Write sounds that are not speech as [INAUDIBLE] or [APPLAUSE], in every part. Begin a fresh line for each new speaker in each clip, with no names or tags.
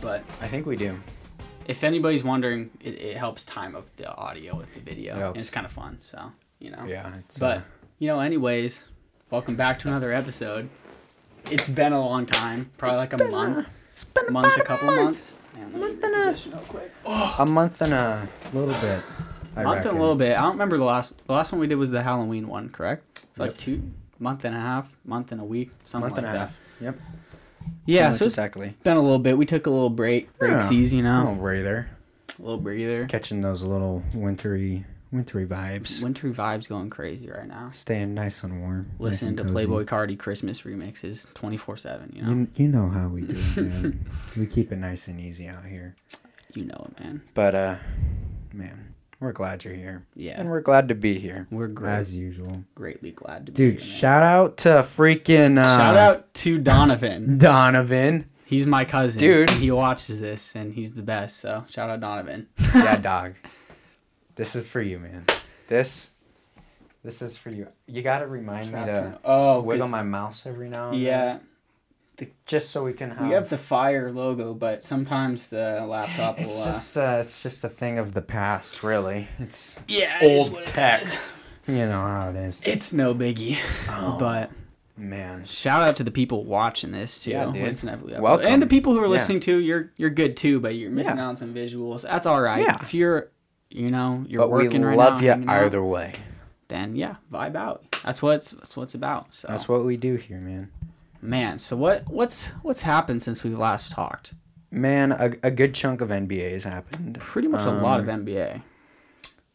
but
I think we do.
if anybody's wondering, it, it helps time up the audio with the video.
It
and
helps.
it's kind of fun, so you know.
Yeah. It's,
But
uh,
you know, anyways, welcome back to another episode. It's been a long time, probably like a month,
it's been
month,
about
a couple
month.
months. Man, let me
Month and a-
reposition real quick.
A month and a little bit. I
month and
reckon.
a little bit. I don't remember the last. The last one we did was the Halloween one, correct? It's like
Yep.
two month and a half, month and a week, something
Month
like
and a
that.
half. Yep.
Yeah,
Almost
so it's
exactly.
been a little bit. We took a little break, breaksies, you
Oh,
know,
right there.
a little breather.
Catching those little wintry, wintry vibes.
Wintry vibes going crazy right now.
Staying nice and warm. nice
Listening
and
to
cozy.
Playboy Cardi Christmas remixes twenty four seven. You know,
You, you know how we do, man. [LAUGHS] we keep it nice and easy out here.
you know it, man.
But uh, man, we're glad you're here,
Yeah,
and we're glad to be here
we're great.
as usual,
greatly glad to be
dude.
here, man.
Shout out to freaking uh,
Shout out to
[LAUGHS]
Donovan.
Donovan.
He's my cousin.
Dude.
and He watches this and he's the best. So shout out Donovan. [LAUGHS]
yeah, dog. This is for you, man. This, this is for you. You gotta remind me to
oh,
wiggle
'cause-
my mouse every now and then,
yeah.
just so we can have.
We have the fire logo, but sometimes the laptop will.
it's
uh,
just uh, it's just a thing of the past, really. It's
yeah, it is
old
what it
tech.
is.
you know how it is.
It's no biggie.
Oh.
But
man,
shout out to the people watching this too.
Yeah, dude.
It's an every upload.
Welcome.
And the people who are
Yeah.
listening to you're you're good too, but you're missing
Yeah.
out on some visuals. That's all right.
Yeah.
If you're you know you're
but we
working right
love
now,
you
hanging out,
either way.
Then yeah, vibe out. That's what it's, that's what it's about. So
That's what we do here, man.
Man, so what what's what's happened since we last talked?
Man, a, a good chunk of NBA has happened.
Pretty much a lot of
Um,
NBA.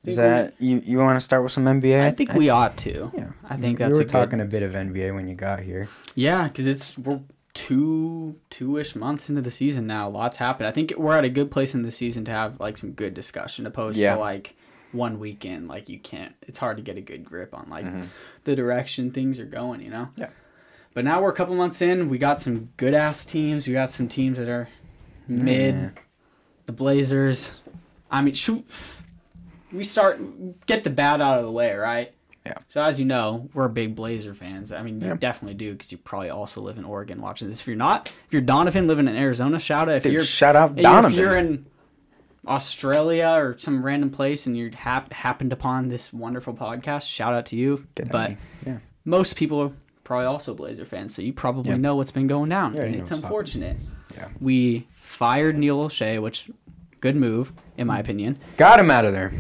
Is
we-
that you? You want to start with some NBA?
I think we ought to.
Yeah.
I think
we
that's
were
a good,
talking a bit of NBA when you got here.
Yeah, because it's we're two two ish months into the season now. Lots happened. I think we're at a good place in the season to have like some good discussion, opposed
Yeah.
to like one weekend. Like you can't. It's hard to get a good grip on like the direction things are going. You know.
Mm-hmm. Yeah.
But now we're a couple months in. We got some good ass teams. We got some teams that are mid.
Yeah.
The Blazers. I mean, shoot. We start get the bad out of the way, right?
Yeah.
So as you know, we're big Blazer fans. I mean, you
Yeah.
definitely do because you probably also live in Oregon watching this. If you're not, if you're Donovan living in Arizona, shout out. If
Dude,
you're
shout out
and
Donovan.
If you're in Australia or some random place and you hap- happened upon this wonderful podcast, shout out to you.
Good
but
idea. yeah,
most people are probably also Blazer fans, so you probably
Yeah.
know what's been going down.
Yeah, I
and
know
it's
what's poppin'.
unfortunate.
Yeah.
We fired Neil O'Shea, which good move in
Mm.
my opinion.
got him out of there.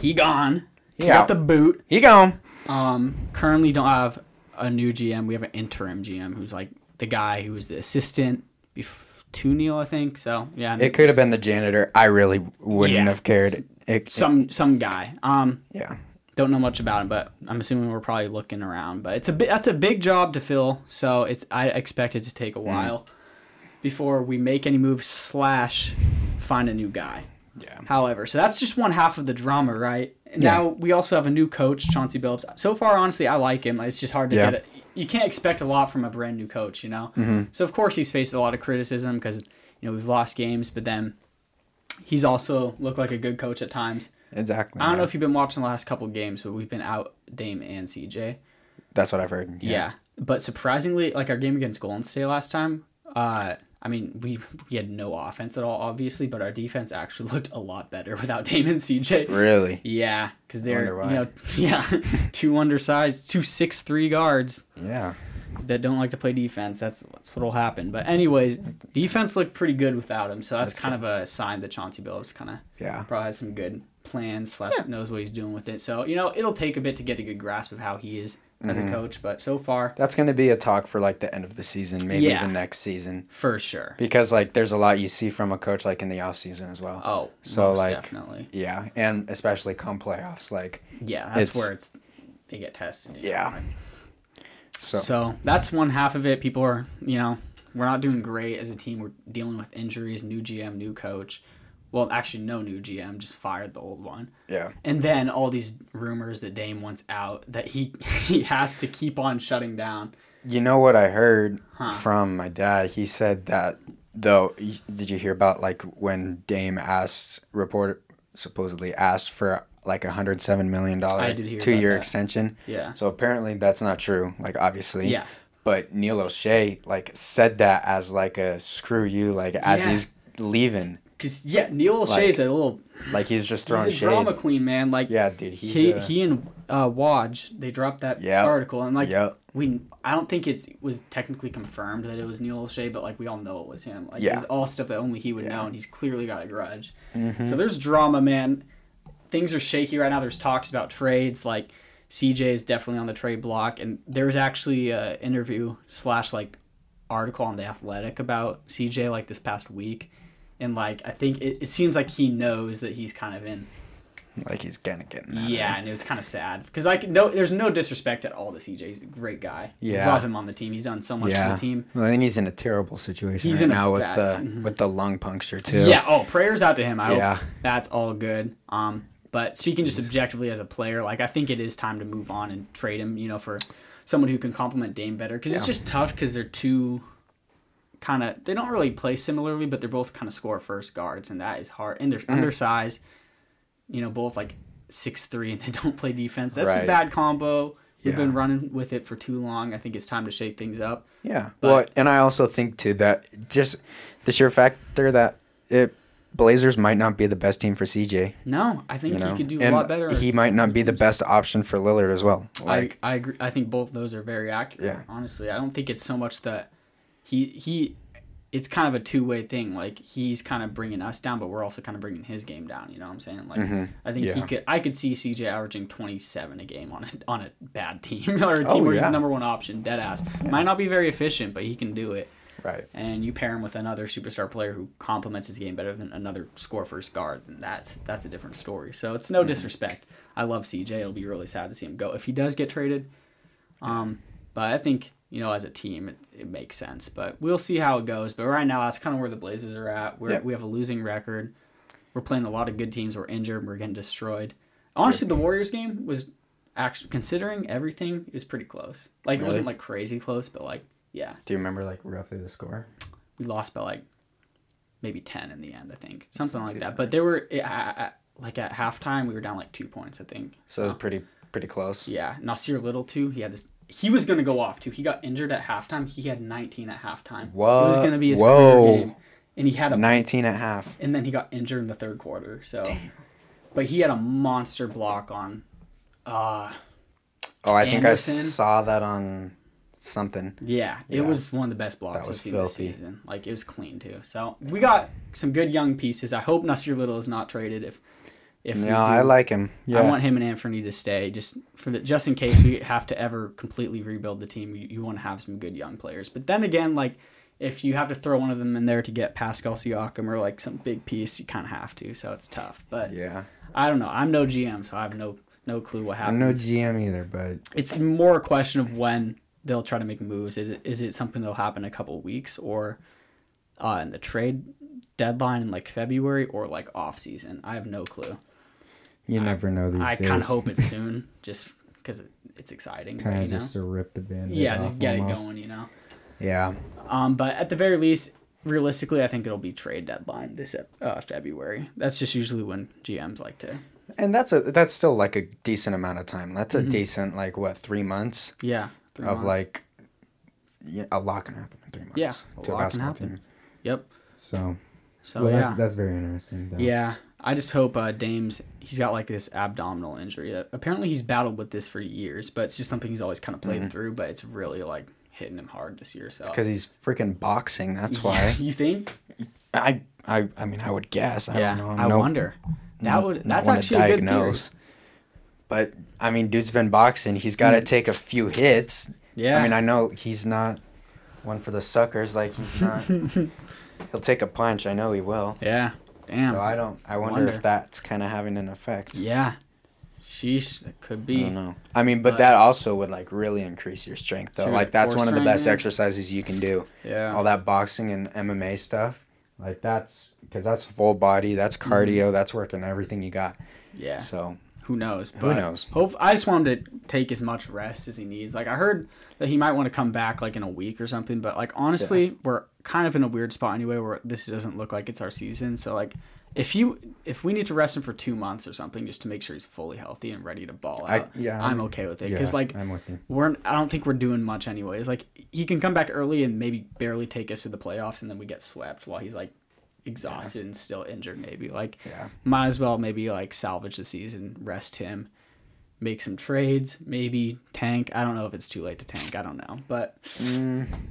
He gone. He
Yeah.
got the boot.
He gone.
Um, currently don't have a new GM. We have an interim GM who's like the guy who was the assistant bef- to Neil, I think. So yeah,
It could have been the janitor. I really wouldn't
Yeah.
have cared. It,
some some guy. Um,
yeah,
don't know much about him, but I'm assuming we're probably looking around. But it's a bit that's a big job to fill, so it's I expect it to take a
Mm.
while before we make any moves slash find a new guy.
yeah.
However, so that's just one half of the drama, right? And
Yeah.
Now we also have a new coach, Chauncey Billups. So far, honestly, I like him. It's just hard to
Yeah. Mm-hmm.
get it. You can't expect a lot from a brand new coach, you know. So of course he's faced a lot of criticism because you know we've lost games, but then he's also looked like a good coach at times.
Exactly.
I don't know
yeah.
if you've been watching the last couple games, but we've been out Dame and CJ. Yeah.
That's what I've heard.
But surprisingly, like our game against Golden State last time, uh, I mean, we we had no offense at all, obviously, but our defense actually [LAUGHS] looked a lot better without Dame and CJ.
Really.
Yeah, because they're
Wonder why.
you know yeah
[LAUGHS]
two undersized two six three guards
Yeah.
that don't like to play defense. That's that's what'll happen. But anyways, defense looked pretty good without him, so that's,
That's
kind of a sign that Chauncey Billups kind of
Yeah.
probably has some good plans slash knows what he's doing with it. So you know it'll take a bit to get a good grasp of how he is as
Mm-hmm.
a coach, but so far
That's gonna be a talk for like the end of the season, maybe
Yeah.
even next season,
for sure.
because like there's a lot you see from a coach like in the off season as well.
Oh,
So,
so
like,
like definitely
Yeah, and especially come playoffs, like
yeah, that's
it's-
where it's they get tested. you know,
Yeah.
right?
so.
So that's one half of it. People are, you know, we're not doing great as a team. We're dealing with injuries, new GM, new coach. Well, actually, no new GM, just fired the old one.
yeah.
And then all these rumors that Dame wants out that he [LAUGHS] he has to keep on shutting down.
You know what I heard
Huh.
from my dad? He said that though. y- Did you hear about like when Dame asked reporter supposedly asked for like a hundred seven million dollar
did hear
two year
about that.
extension?
Yeah.
So apparently that's not true. Like obviously.
Yeah.
But Neil O'Shea like said that as like a screw you, like as
Yeah.
he's leaving.
Because yeah, Neil
Like,
O'Shea's a little
Like he's just throwing
he's a
shade.
drama queen, man. Like
Yeah, dude, he's
he
a-
he and uh, Waj they dropped that
Yep.
article and like
Yep.
we I don't think it's was technically confirmed that it was Neil O'Shea, but like we all know it was him. Like
Yeah.
it was all stuff that only he would
Yeah. Mm-hmm.
know, and he's clearly got a grudge. So there's drama, man. Things are shaky right now. There's talks about trades. Like CJ is definitely on the trade block, and there's actually a interview slash like article on the Athletic about CJ like this past week, and like I think it, it seems like he knows that he's kind of in
like he's gonna get. in that.
yeah, and it was kind of sad because like no, there's no disrespect at all to CJ. He's a great guy.
Yeah.
love him on the team. He's done so much for
Yeah.
the team.
Well, then he's in a terrible situation
He's
right
in a
now with
bad- Mm-hmm.
the with the lung puncture too.
Yeah. Oh, prayers out to him. I
Yeah.
hope that's all good. Um, but speaking just objectively as a player, like I think it is time to move on and trade him. You know, for someone who can complement Dame better because it's
Yeah.
just tough because they're two kind of they don't really play similarly, but they're both kind of score first guards, and that is hard. And they're
Mm-hmm.
undersized. You know, both like six three, and they [LAUGHS] don't play defense. That's a
Right.
bad combo. We've
Yeah.
been running with it for too long. I think it's time to shake things up.
Yeah.
But-
well, and I also think too that just the sheer factor that it Blazers might not be the best team for CJ.
No, I think
You know,
he could do
and
a lot better.
He might not be the best option for Lillard as well. Like,
I, I agree. I think both those are very accurate.
Yeah.
Honestly, I don't think it's so much that he he. It's kind of a two way thing. Like he's kind of bringing us down, but we're also kind of bringing his game down. You know what I'm saying? Like I think he
Mm-hmm. Yeah.
could. I could see CJ averaging 27 a game on a on a bad team [LAUGHS] or a team
Oh,
where he's the
yeah.
number one option, dead ass. Might not be very efficient, but he can do it.
right.
And you pair him with another superstar player who complements his game better than another score first guard, then that's that's a different story. So it's no
Hmm.
disrespect. I love CJ. It'll be really sad to see him go if he does get traded. Um, but I think you know as a team it, it makes sense. But we'll see how it goes. But right now that's kind of where the Blazers are at. We're,
Yeah.
We have a losing record. We're playing a lot of good teams. We're injured. We're getting destroyed. Honestly, the Warriors game was actually considering everything it was pretty close. Like it wasn't
Really?
like crazy close, but like yeah
Do you remember like roughly the score?
we lost by like maybe 10 in the end i think something
not
like
too
that
bad.
but there were I- I- I- like at halftime we were down like two points i think
So it was pretty pretty close.
Uh, yeah nasir little too he had this he was gonna go off too he got injured at halftime he had 19 at halftime it was
What?
gonna be his
Whoa.
career game and he had a
Nineteen and a half.
and then he got injured in the third quarter so but he had a monster block on uh
Oh, I think I
Anderson.
saw that on something.
Yeah,
Yeah.
it was one of the best blocks
That
I've
was
seen this
filthy.
season. Like it was clean too. So we got some good young pieces. I hope Nasir Little is not traded. If if we
No, I
do.
like him. Yeah.
I want him and Anthony to stay just for the just in case we have to ever completely rebuild the team. You, you want to have some good young players, but then again, like if you have to throw one of them in there to get Pascal Siakam or like some big piece, you kind of have to. So it's tough. But
yeah.
I don't know. I'm no GM, so I have no no clue what happens
I'm no GM either, but
it's more a question of when they'll try to make moves. Is it, is it something that'll happen in a couple of weeks or uh, in the trade deadline in like February or like off season? I have no clue.
you never know these
I
days.
kind of
[LAUGHS]
hope it's soon, just because it, it's exciting. but,
Kind
you
of just
know?
to rip the band
yeah, just get it going, you know.
Yeah.
Um, but at the very least, realistically, I think it'll be trade deadline this uh, February. That's just usually when GMs like to.
And that's a that's still like a decent amount of time. That's a decent like what three months
Yeah. Mm-hmm. three
of
months.
like yeah, a lot can happen in three months.
Yeah, a
to a
lot can
basketball
happen.
team.
Yep.
So,
So
well,
yeah.
that's that's very interesting. Though.
Yeah, I just hope uh, Dame's he's got like this abdominal injury that apparently he's battled with this for years, but it's just something he's always kind of
Mm-hmm.
played through. But it's really like hitting him hard this year. So
Because he's freaking boxing. That's why.
[LAUGHS] you think?
I, I I mean I would guess. I
yeah,
don't know. I'm
I
no-
wonder. That would
not
that's
one to
actually a good theory.
diagnose. But I mean, dude's been boxing. He's got to
Mm.
take a few hits.
Yeah,
I mean, I know he's not one for the suckers. Like
[LAUGHS]
he's not. he'll take a punch. I know he will.
yeah, damn,
So I don't. I wonder,
Wonder.
if that's kind of having an effect.
yeah. Sheesh, that could
I
be.
don't know. I mean, but,
But-
that also would like really increase your strength, though.
Sure,
Like that's
core
one of the
strength,
best
yeah.
exercises you can do.
[LAUGHS] Yeah,
All that boxing and MMA stuff. Like that's because that's full body. That's cardio. That's working everything you got.
Mm-hmm. yeah.
So
Who knows? But
knows?
Hope I just want him to take as much rest as he needs. Like I heard that he might want to come back like in a week or something. But like honestly, we're kind of in a weird spot anyway, where this doesn't look like it's our season. So like, if you if we need to rest him for two months or something just to make sure he's fully healthy and ready to ball
I-
out,
yeah,
I'm
I'm-
okay with it.
yeah,
Because like
I'm with you.
we're I don't think we're doing much anyways. Like he can come back early and maybe barely take us to the playoffs, and then we get swept while he's like exhausted and still injured. Maybe like
Yeah.
might as well maybe like salvage the season, rest him, make some trades, maybe tank. I don't know if it's too late to tank. I don't know, but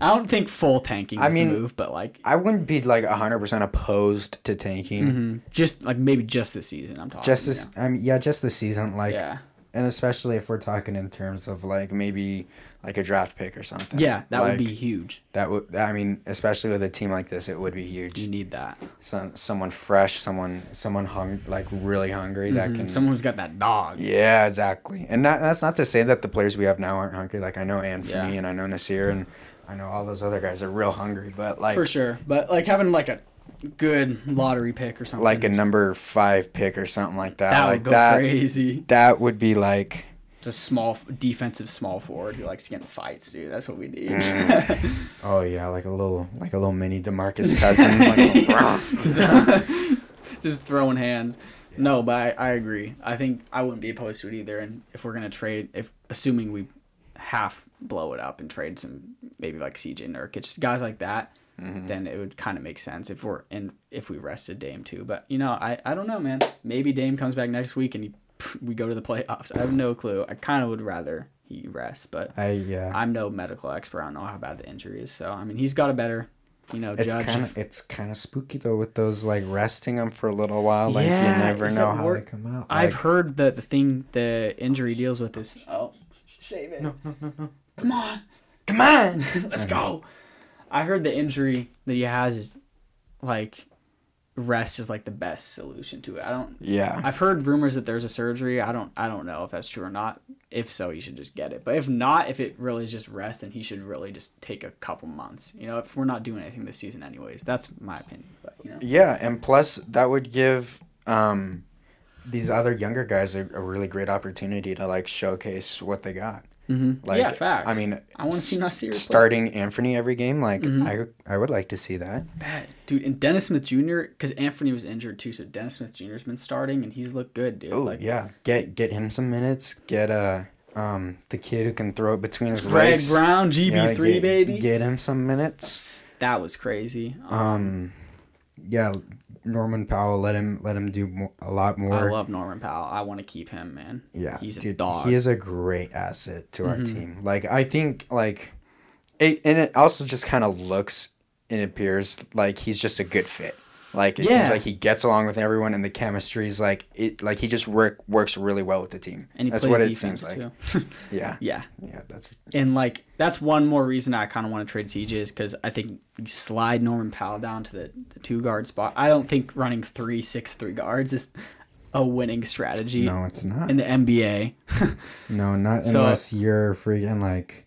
I don't think full tanking is
Mm. I
the
mean,
move. But like
I wouldn't be like 100% opposed to tanking.
Mm-hmm. just like maybe just this season. I'm talking
Just
you
this,
know?
I mean, yeah, just this season, like,
Yeah.
and especially if we're talking in terms of like maybe like a draft pick or something.
Yeah, that would
Like,
be huge.
that would. I mean, especially with a team like this, it would be
You
huge.
need that.
Some someone fresh, someone someone hung like really hungry that can.
Hmm. Someone who's got that dog.
Yeah, exactly. And that, that's not to say that the players we have now aren't hungry. Like I know Anthony
Yeah.
and I know Nasir and I know all those other guys are real hungry. But like
for sure. But like having like a good lottery pick or something.
like a number five pick or something like that.
that
like
would go
that
crazy.
that would be like
Just small f- defensive small forward who likes to get in fights, dude. That's what we need. [LAUGHS]
oh yeah, like a little like a little mini Demarcus Cousins.
[LAUGHS]
like,
Just throwing hands. No, but I, I agree. I think I wouldn't be opposed to it either. And if we're gonna trade, if assuming we half blow it up and trade some maybe like CJ Nurkic, just guys like that, then it would kind of make sense if we're in if we rested Dame too. But you know, I I don't know, man. Maybe Dame comes back next week and he, [LAUGHS] we go to the playoffs. I have no clue. I kind of would rather he rest, but
I yeah.
I'm no medical expert. I don't know how bad the injury is. So I mean, he's got a better, you know,
it's
judge.
kind
if-
of it's kind of spooky though with those like resting them for a little while. Like
Yeah,
you never
is
know
that
how
wor-
they come out.
I've
like-
heard that the thing the injury deals with is oh, save it. No, no, no, no. Come on,
come on.
[LAUGHS] let's go. I heard the injury that he has is like rest is like the best solution to it. I don't.
Yeah.
I've heard rumors that there's a surgery. I don't. I don't know if that's true or not. If so, he should just get it. But if not, if it really is just rest, then he should really just take a couple months. You know, if we're not doing anything this season, anyways, that's my opinion. But you know.
Yeah, and plus that would give um, these other younger guys a, a really great opportunity to like showcase what they got. Mm-hmm. Like,
Yeah, facts.
I mean,
I wanna see Nasir play. Mm-hmm.
starting Anthony every game. Like, I I would like to see that.
bad, dude. And Dennis Smith Jr. because Anthony was injured too, so Dennis Smith Jr.'s been starting and he's looked good, dude.
Oh
like,
yeah, get get him some minutes. Get uh um the kid who can throw it between his
Greg
legs.
Brown,
Yeah,
GB3,
get-
baby.
Get him some minutes.
That was crazy. Oh,
Um, yeah, Norman Powell. Let him let him do mo- a lot more.
I love Norman Powell. I want to keep him, man.
Yeah,
he's a
dude,
dog. Mm-hmm.
He is a great asset to our team. Like I think like it, and it also just kind of looks and appears like he's just a good fit. Like it
Yeah.
seems like he gets along with everyone, and the chemistry is like it. Like he just work works really well with the team.
and he
that's
plays
what it
defense
seems like.
too. [LAUGHS]
Yeah,
yeah,
yeah, that's
and like that's one more reason I kind of want to trade CJ is because I think you slide Norman Powell down to the, the two guard spot. I don't think running three six three guards is a winning strategy
no, it's not.
in the [LAUGHS] NBA.
No, not
So-
unless you're freaking like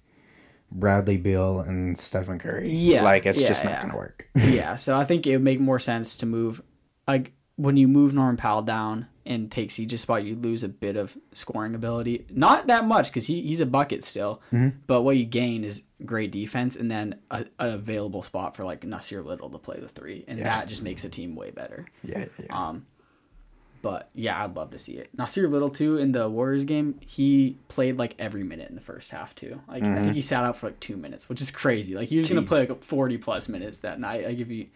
Bradley Beal and Stephen Curry.
Yeah,
like it's
yeah,
just not
yeah.
gonna work. [LAUGHS]
yeah, so I think it would make more sense to move like when you move Norman Powell down and take CJ spot, you lose a bit of scoring ability. Not that much because he, he's a bucket still, but what you gain is great defense and then a, an available spot for like Nasir Little to play the three, and
Yes.
that just makes the team way better.
yeah, yeah, yeah.
But yeah, I'd love to see it. Nasir Little too in the Warriors game, he played like every minute in the first half too. Like I think he sat out for like two minutes, which is crazy. Like he was gonna
Mm-hmm. Jeez.
play like forty plus minutes that night. Like if you,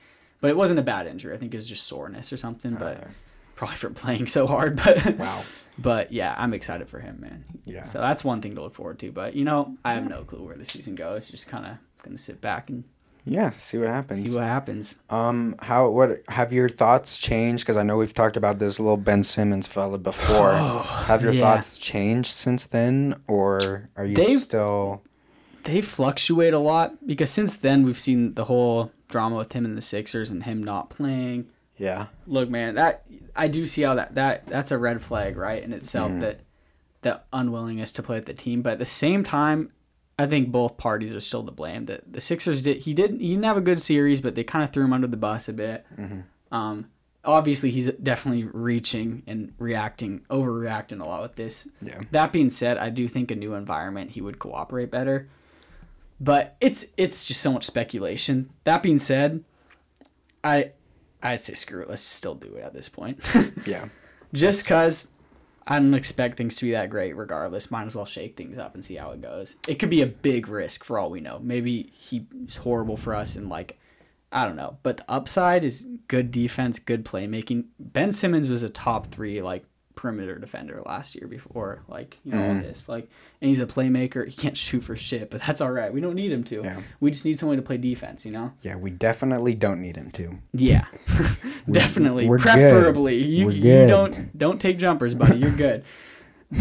but it wasn't a bad injury. I think it was just soreness or something. But probably for playing so hard. [LAUGHS] But
Uh, Wow.
But yeah, I'm excited for him, man.
Yeah.
So that's one thing to look forward to. But you know, I have no clue where the season goes. Just kind of gonna sit back and
yeah, see what happens.
see what happens.
Um, how what have your thoughts changed? Because I know we've talked about this little Ben Simmons
[GASPS]
fella before. have your
yeah.
thoughts changed since then, or are you
They've-
still?
they fluctuate a lot because since then we've seen the whole drama with him and the Sixers and him not playing.
Yeah,
Look, man, that I do see how that that that's a red flag, right? In itself, that the unwillingness to play with the team, but at the same time, I think both parties are still to blame. That the Sixers did he didn't he didn't have a good series, but they kind of threw him under the bus a bit. Um, obviously, he's definitely reaching and reacting, overreacting a lot with this.
Yeah.
That being said, I do think a new environment he would cooperate better. But it's it's just so much speculation. That being said, I I say screw it. Let's still do it at this point. [LAUGHS]
yeah,
just because I don't expect things to be that great regardless. Might as well shake things up and see how it goes. It could be a big risk for all we know. Maybe he's horrible for us and like I don't know. But the upside is good defense, good playmaking. Ben Simmons was a top three like perimeter defender last year before like you know all this like, and he's a playmaker. He can't [LAUGHS] shoot for shit, but that's all right. We don't need him to.
Yeah.
We just need someone to play defense. You know.
Yeah, we definitely don't need him to. [LAUGHS]
Yeah, definitely.
we're good.
Preferably, you
We're
you
good.
don't don't take jumpers, buddy. You're
[LAUGHS]
good.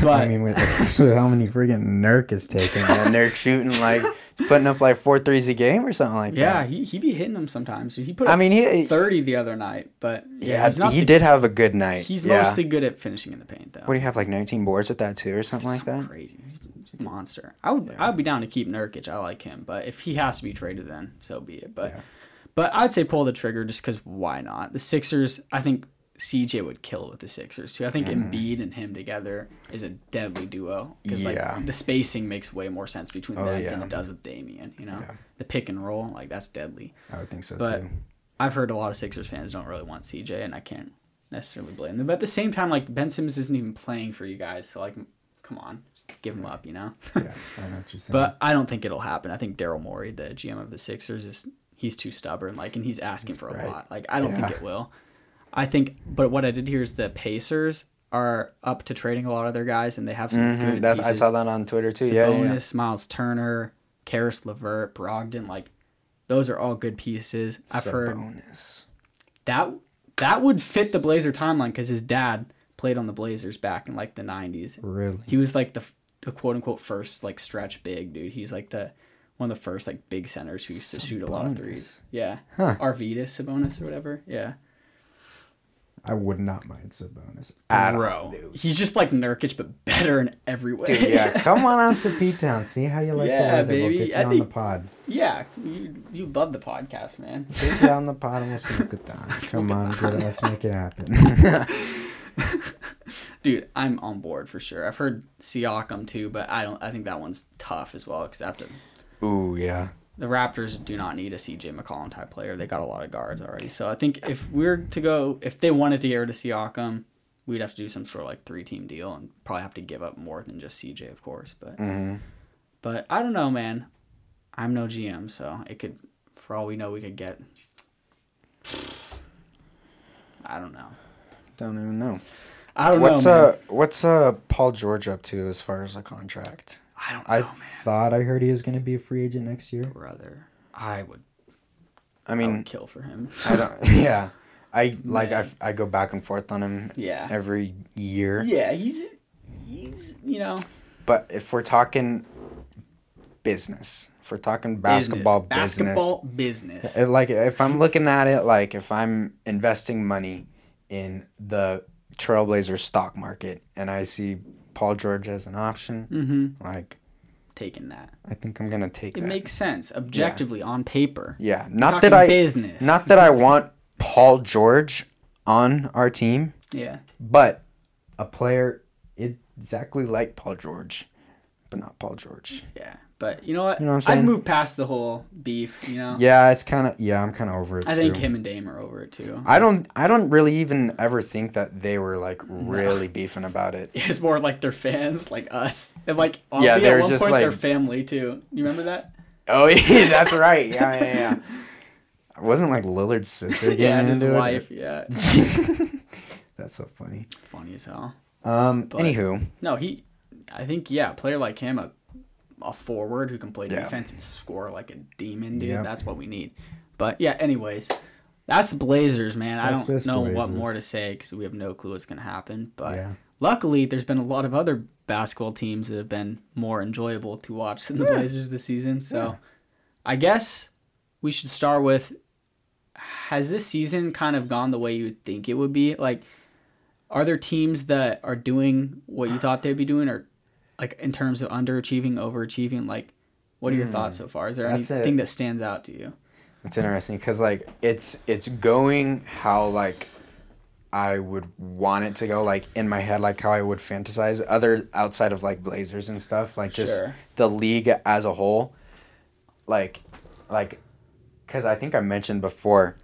But
I mean, with [LAUGHS] so how many friggin' Nurk is taking?
[LAUGHS]
And Nurk shooting like putting up like four threes a game or something like
yeah,
that.
he he be hitting them sometimes. He put.
I
up
mean, he-
thirty the other night, but
Yeah,
he's not
he
the-
did have a good night.
He's
yeah.
mostly good at finishing in the paint, though.
What do you have like 19 boards with that too, or something like
Something
that?
Crazy. He's a monster. I would I would be down to keep Nurkic. I like him, but if he has to be traded, then so be it. But but I'd say pull the trigger just because why not? The Sixers. I think CJ would kill with the Sixers too. I think
Mm-hmm.
Embiid and him together is a deadly duo because
Yeah. Oh,
like the spacing makes way more sense between them
yeah.
than it does with Damian. You know the pick and roll like that's deadly.
I would think so
But
too.
I've heard a lot of Sixers fans don't really want CJ, and I can't necessarily blame them. But at the same time, like Ben Simmons isn't even playing for you guys, so like, m- come on, just give him up, you know.
Yeah, I know what you're saying.
[LAUGHS] but I don't think it'll happen. I think Daryl Morey, the GM of the Sixers, is he's too stubborn, like, and he's asking for a lot. Like, I don't
Yeah.
think it will. I think, but what I did hear is the Pacers are up to trading a lot of their guys, and they have some
Mhm,
good
That's, I
pieces.
saw that on Twitter too. Yeah, yeah, yeah.
Sabonis, Miles Turner, Karis LeVert, Brogdon, like. Those are all good pieces. I've heard
Bonus.
that that would fit the Blazer timeline because his dad played on the Blazers back in like the nineties.
Really?
He was like the, the quote unquote first like stretch big dude. He's like the one of the first like big centers who used to shoot a lot of threes. Yeah,
Huh.
Arvidas Sabonis or whatever. Yeah,
I would not mind Sabonis.
At all.
bro, he's just like Nurkic but better in every way. [LAUGHS]
Dude, yeah, come on out to
P Town, see how you like
Yeah,
the weather.
baby,
We'll get you
I
on
think-
the pod.
yeah. You you love the podcast, man.
Get you on the pod and we'll smoke it down. Come on, girl, let's make it happen.
Dude, I'm on board for sure. I've heard Siakam too, but I don't. I think that one's tough as well because that's a
Ooh, yeah.
the Raptors do not need a CJ McCollum type player. They got a lot of guards already. So I think if we are to go, if they wanted to get rid of Siakam, we'd have to do some sort of like three team deal and probably have to give up more than just CJ, of course. But
Mm.
but I don't know, man. I'm no GM, so it could, for all we know, we could get. I don't know.
Don't even know.
I don't
What's
know. man.
uh what's uh Paul George up to as far as a contract?
I don't know,
I
Thought I heard he was going to be a free agent next year.
brother. I would,
I
I
mean
would kill for him.
I don't [LAUGHS] yeah. I like I,
Man.
I go back and forth on him
[LAUGHS] Yeah.
every year.
yeah, he's he's you know
But if we're talking business, if we're talking basketball business,
basketball business.
If, like if I'm looking at it like if I'm investing money in the Trailblazer stock market and I see Paul George as an option, like
Mm-hmm. taking that.
I think I'm gonna take
It
that.
makes sense objectively on paper.
yeah, not
Talking
that I
business.
not that I want Paul George on our team,
Yeah.
but a player exactly like Paul George, but not Paul George.
Yeah. But you know what?
You know what I'm
I've
saying?
moved past the whole beef, you know?
Yeah, it's kind of yeah, I'm kind of over it.
I
too.
think him and Dame are over it too. [LAUGHS]
I don't I don't really even ever think that they were like really beefing about it.
It was more like their fans, like us. And like,
Yeah,
yeah,
they
at
were
one
just
point, their
like-
family too. You remember that?
[LAUGHS] Oh yeah, that's right. Yeah, yeah, yeah. [LAUGHS] I wasn't like Lillard's [LAUGHS] sister getting
yeah, and his
into it.
wife. Yeah.
That's so funny.
Funny as hell.
Um. anywho,
No, he, I think, yeah, a player like him, a, a forward who can play
Yeah.
defense and score like a demon, dude.
Yep.
That's what we need. But yeah, anyways, that's the Blazers, man.
That's
I don't
just
know what
Blazers.
more to say because we have no clue what's going to happen. But
Yeah.
luckily, there's been a lot of other basketball teams that have been more enjoyable to watch than the Blazers this season. So I guess we should start with has this season kind of gone the way you would think it would be? Like, are there teams that are doing what you thought they'd be doing, or like in terms of underachieving, overachieving? Like, what are your thoughts so far? Is there
Hmm. That's
anything
it.
that stands out to you?
it's interesting because like it's it's going how like I would want it to go like in my head like how I would fantasize other outside of like Blazers and stuff like just
Sure.
the league as a whole like like because I think I mentioned before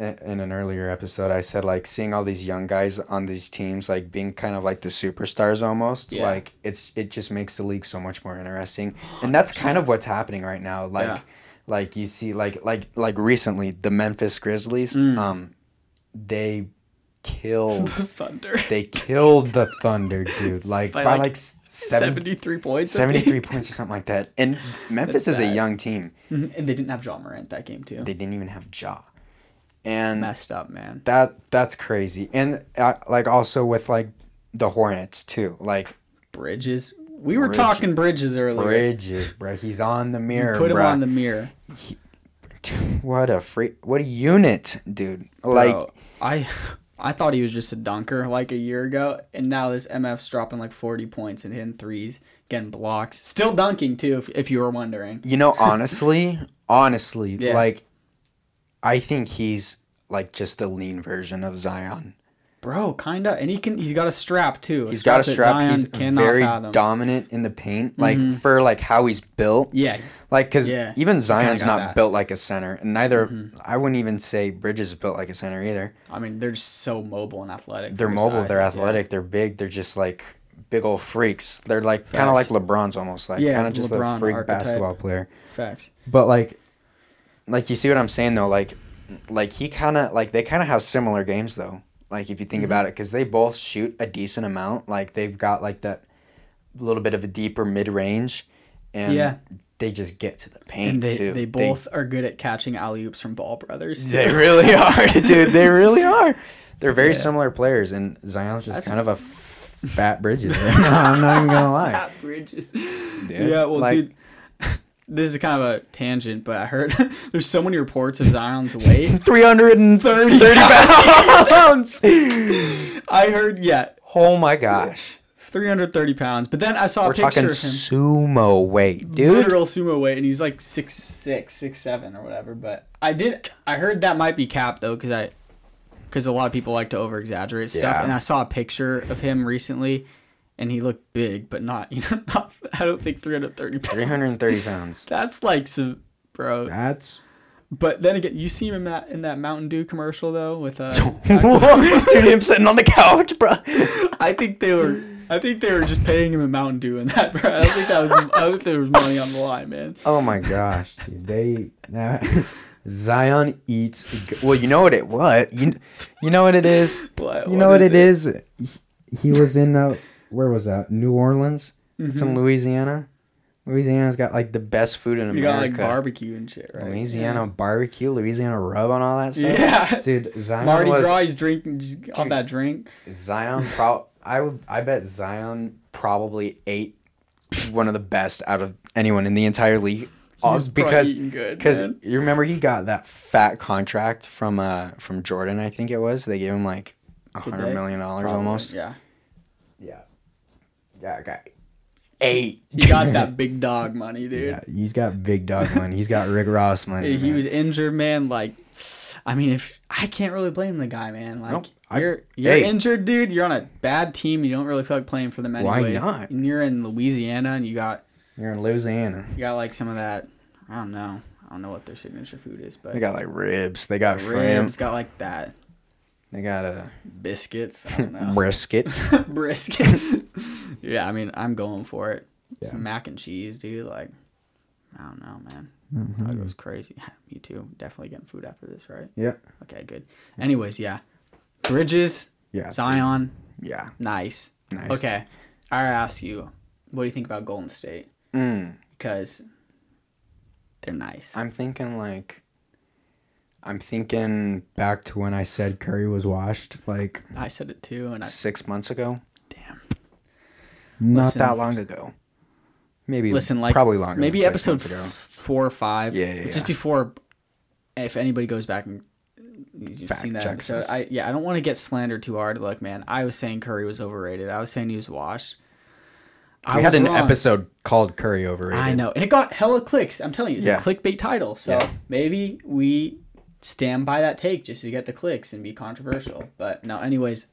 i- in an earlier episode I said like seeing all these young guys on these teams like being kind of like the superstars almost
Yeah.
like
[GASPS]
it's it just makes the league so much more interesting and that's kind of what's happening right now like
Yeah.
like you see like like like recently the Memphis Grizzlies
Mm.
um they killed
The Thunder.
they killed the Thunder dude like by,
[LAUGHS] By,
like,
like,
s- [LAUGHS] seven,
73 points. I [LAUGHS] think.
73 points or something like that and Memphis is a
bad.
young team
Mhm, And they didn't have John Morant that game, too.
they didn't even have Jaw and
Messed up, man.
that that's crazy and uh, like also with like the Hornets too like
Bridges. We were
Bridges.
talking Bridges earlier.
Bridges bro he's on the mirror
Put him
bruh.
on the mirror.
[LAUGHS] what a free what a unit dude like
Bro, I [LAUGHS] I thought he was just a dunker like a year ago, and now this MF's dropping like 40 points and hitting threes, getting blocks, still dunking too. If, if you were wondering,
you know
[LAUGHS]
honestly honestly
Yeah.
like i think he's like just the lean version of zion
bro, kinda, and he can. He's got a strap too.
he's got a
that
strap
Zion
he's
cannot
very
fathom.
dominant in the paint like for like how he's built
Yeah,
like because
Yeah.
even zion's
got
not
that. Mm-hmm.
built like a center and neither i wouldn't even say bridges is built like a center either
I mean they're just so mobile and athletic.
they're
for their
mobile they're
sizes, yeah.
athletic they're big they're just like big old freaks they're like kind of like
Facts.
lebron's almost like
Yeah,
kind of just a
LeBron
freak
archetype.
basketball player
Facts.
But like, like you see what I'm saying though. Like, like he kind of like they kind of have similar games though. Like if you think about it, because they both shoot a decent amount. Like they've got like that little bit of a deeper mid range, and
Yeah.
they just get to the paint
And they,
too.
they both are good at catching alley oops from Ball Brothers.
They, really
[LAUGHS]
are, [LAUGHS] [LAUGHS] dude. They really are. They're very
Yeah.
similar players, and Zion's just
That's-
kind
[LAUGHS]
of a f- fat Bridges. [LAUGHS] I'm not even gonna lie.
Pat Bridges.
Yeah.
Yeah, well,
Like-
dude, [LAUGHS] this is kind of a tangent, but I heard [LAUGHS] there's so many reports of Zion's
[LAUGHS]
weight. [LAUGHS]
330 pounds.
I heard, yeah,
[LAUGHS] Oh my gosh.
330 pounds. But then I saw
We're
a picture
talking
of him,
sumo weight, dude.
literal sumo weight, and he's like six six, six seven, or whatever. But I did, I heard that might be capped though, because I, because a lot of people like to over exaggerate
Yeah.
stuff. And I saw a picture of him recently. And he looked big, but not, [LAUGHS] you know, not, I don't think 330 pounds.
330 pounds.
That's like some, bro.
[LAUGHS]
That's
But then again, you see him in that in that Mountain Dew commercial though with
[LAUGHS]
uh,
dude, him sitting on the couch, bro.
I think they were I think they were just paying him a Mountain Dew in that. Bro. I don't think that was I don't think there was money on the line, man.
Oh my god.
gosh, dude. They now
Zion eats. g- Well, you know what it what you you know what it is.
What,
You know what
is
it is.
he was in uh, where was that? New Orleans.
It's
Mm-hmm.
in Louisiana. Louisiana's got like the best food in
You got like
America.
barbecue and shit, right?
Louisiana barbecue, Louisiana rub, and all that
Yeah.
stuff.
Yeah.
Dude, Zion
Mardi
was-
Gras, he's drinking just on that drink.
Zion pro I would I bet Zion probably ate one of the best out of anyone in the entire league. All-
was probably
because
eating good,
because
man.
you remember he got that fat contract from uh from Jordan, I think it was. They gave him like a
Did
hundred
they?
million dollars
Probably,
almost.
Yeah.
Yeah. Yeah, guy. Eight.
He got
[LAUGHS]
that big dog money, dude.
Yeah, he's got big dog money. He's got Rick Ross money.
He
man.
was injured, man. Like, I mean, if I can't really blame the guy, man. Like,
Nope. I-
you're you're
hey.
injured, dude. You're on a bad team. You don't really feel like playing for them
Why
anyways.
not?
And you're in Louisiana, and you got
You're in Louisiana.
you got like some of that. I don't know. I don't know what their signature food is, but
They got like ribs. They got shrimp.
ribs got like that
They got a
biscuits. I
[LAUGHS]
don't know
brisket.
[LAUGHS] brisket. [LAUGHS] yeah, I mean, I'm going for it. Some mac and cheese, dude. Like, I don't know, man.
Mm-hmm.
That goes crazy. [LAUGHS] Me too. Definitely getting food after this, right?
yeah.
Okay, good. Anyways, yeah. Bridges,
Yeah.
Zion,
Yeah.
nice.
Nice.
Okay. I ask you, what do you think about Golden State?
Mm.
Because they're nice.
I'm thinking like I'm thinking back to when I said Curry was washed like
I said it too, and I
6 months ago.
damn.
Not
Listen.
that long ago. Maybe
Listen, like
probably longer.
Maybe
than six
episode
months ago.
f- four or five.
Yeah, yeah,
Just
yeah.
before, if anybody goes back and you've
Fact
seen that
checks
episode,
us.
I yeah, I don't want to get slandered too hard. Look, man, I was saying Curry was overrated. I was saying he was washed. I
we had
was
an
wrong.
episode called Curry overrated.
I know. And it got hella clicks. I'm telling you, it's
Yeah.
a clickbait title. So
Yeah.
maybe we stand by that take just to get the clicks and be controversial. But no, anyways.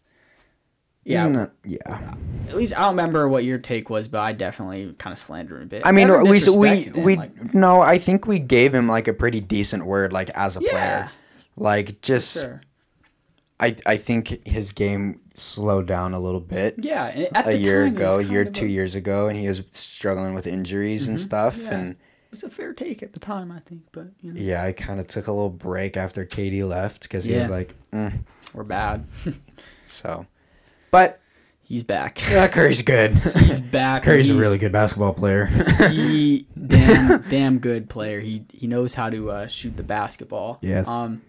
Yeah, Uh,
Mm, yeah.
at least I don't remember what your take was, but I definitely kind of slandered him a bit.
I mean,
Never
we we
disrespected him,
we
like,
no. I think we gave him like a pretty decent word, like as a
Yeah.
player. Like just,
sure.
I I think his game slowed down a little bit.
Yeah, and at
a
the
year
time, it was
ago,
kind
year
of
two
a- Mm-hmm.
years ago, and he was struggling with injuries and stuff.
yeah.
And
It was a fair take at the time, I think. But you know,
Yeah, I kind of took a little break after Katie left because he was
Yeah.
like, mm,
we're bad. [LAUGHS]
so. But
He's back.
[LAUGHS] uh, Curry's good.
He's back. and
Curry's a
he's-
really
Good basketball
[LAUGHS]
player.
he damn damn good player. He he knows how to uh, shoot the basketball.
Yes.
Um,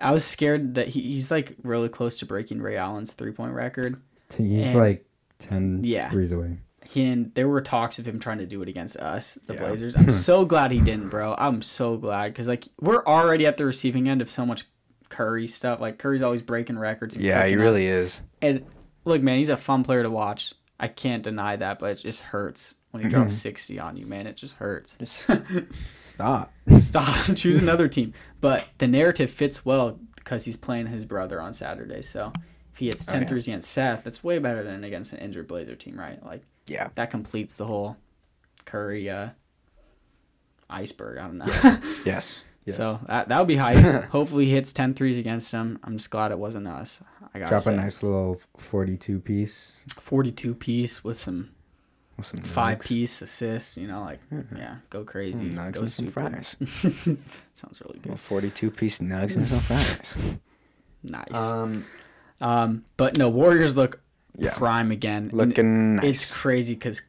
I was scared that he, he's like really close to breaking Ray Allen's three point record.
T- He's
And-
like 10
Yeah.
threes away.
He and there were talks of him trying to do it against us, the Blazers.
[LAUGHS]
I'm so glad he didn't, bro. I'm so glad because like we're already at the receiving end of so much Curry stuff. Like Curry's always breaking records. And
yeah, he
cooking us.
really is.
And look, man, he's a fun player to watch. I can't deny that, but it just hurts when he drops sixty on you, man. It just hurts.
Stop.
[LAUGHS] stop [LAUGHS] choose another team but the narrative fits well because he's playing his brother on saturday so if he hits 10
yeah.
threes against seth that's way better than against an injured blazer team right like
Yeah.
that completes the whole curry uh iceberg i don't know [LAUGHS]
Yes. Yes.
so that, that would be hype hopefully he hits 10 threes against him i'm just glad it wasn't us i got
Drop
say,
a nice little 42 piece.
42 piece with some
With some
five
nugs.
piece assists you know like yeah go crazy
Nugs
go
Hmm. and some
stupid. [LAUGHS]
fries.
sounds really
Well,
good
42 piece nugs and
[LAUGHS]
some fries.
nice
Um,
Um, but no, Warriors look
Yeah.
prime again. And
looking
It's
nice.
crazy because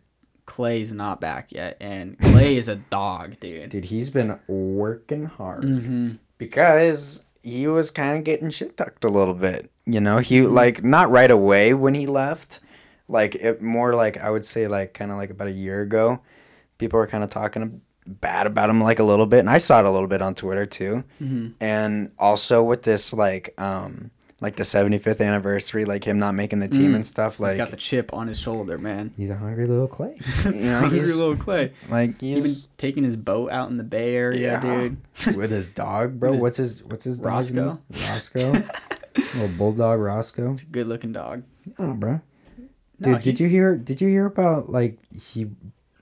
Clay's not back yet, and Clay is a dog, dude. Mm-hmm,
Dude, he's been working hard.
Mm.
because he was kind of getting shit tucked a little bit. You know, he like not right away when he left, like it more like I would say like kind of like about a year ago, people were kind of talking bad about him like a little bit, and I saw it a little bit on Twitter too,
mm-hmm.
and also with this like um like the 75th anniversary, like him not making the team and stuff,
he's
like
got the chip on his shoulder, man.
He's a hungry little clay.
[LAUGHS] you
[LAUGHS]
know
Hungry
he's
little Clay.
like he's
Even taking his boat out in the Bay Area, dude. [LAUGHS]
[LAUGHS] with his dog,
Bro,
bro.
what's his what's his dog's
Roscoe.
name?
[LAUGHS]
Roscoe. little bulldog Roscoe.
Good looking dog.
Oh, bro.
No,
Dude, did
he's-
you hear? Did you hear about like
he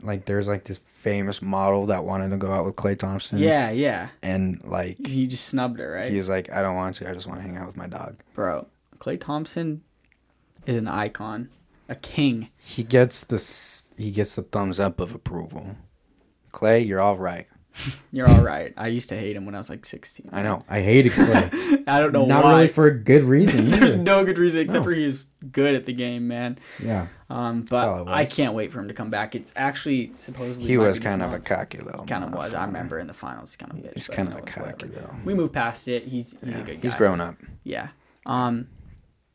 like there's like this famous model that wanted to go out with Clay Thompson.
Yeah, yeah.
And like
He just snubbed her, right,
he's like, I don't want to, I just want to hang out with my dog.
bro? Clay Thompson is an icon, a king.
He gets this he gets the thumbs up of approval. Clay, you're all right.
You're all right. I used to hate him when I was like 16.
I know.
I hated Clay?
[LAUGHS] I don't know
Not
why.
really for a good reason.
[LAUGHS] There's
either.
no good reason except
No.
for he was good at the game, man.
yeah,
Um,
all it
but I
was.
can't wait for him to come back. It's actually supposedly
He
might
was
be this
kind of a
month.
cocky little
kind of was. I
motherfucker.
remember in the finals, kind of bitch.
He's
but,
kind
you
of a
know, whatever.
cocky though.
We move past it. He's he's a good guy.
He's grown up.
Yeah. Um,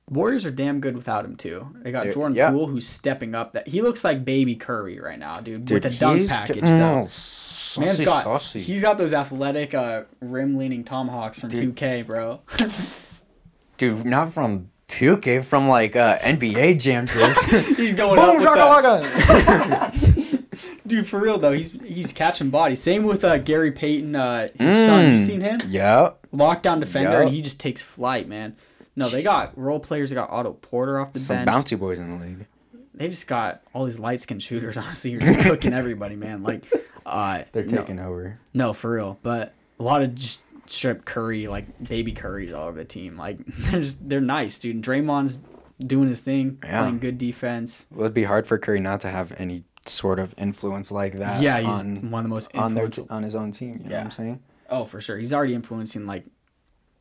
Warriors are damn good without him too. They got
Yeah,
Jordan
yeah.
Poole who's stepping up. That he looks like baby Curry right now, dude.
Dude,
with a dunk
he's mm,
package
getting all
though.
saucy,
Man's got
saucy.
he's got those athletic uh, rim leaning tomahawks from
Dude.
2K, bro. [LAUGHS]
Dude, not from 2K, from like uh, NBA
[LAUGHS]
Jam Boom,
he's going up with that-
shakalaka!
Dude, for real though, he's he's catching bodies. Same with uh, Gary Payton, uh, his
Mm.
son. You seen him?
Yep.
Lockdown defender,
Yup.
and he just takes flight, man. No, they got role players. They got Otto Porter off the
Some
bench.
bouncy boys in the league.
They just got all these light skin shooters. [LAUGHS] Honestly, you're just cooking everybody, man. Like, uh,
[LAUGHS] They're
no-
taking over.
No, for real. But a lot of just strip Curry, like baby Curries all over the team. Like [LAUGHS] they're just they're nice, dude. And Draymond's doing his thing,
Yeah.
playing good defense.
Well, it'd be hard for Curry not to have any sort of influence like that.
yeah, he's
Uh, on,
one of the most
on their
influential
on his own team. You know what
Yeah.
I'm saying?
Oh, for sure. He's already influencing like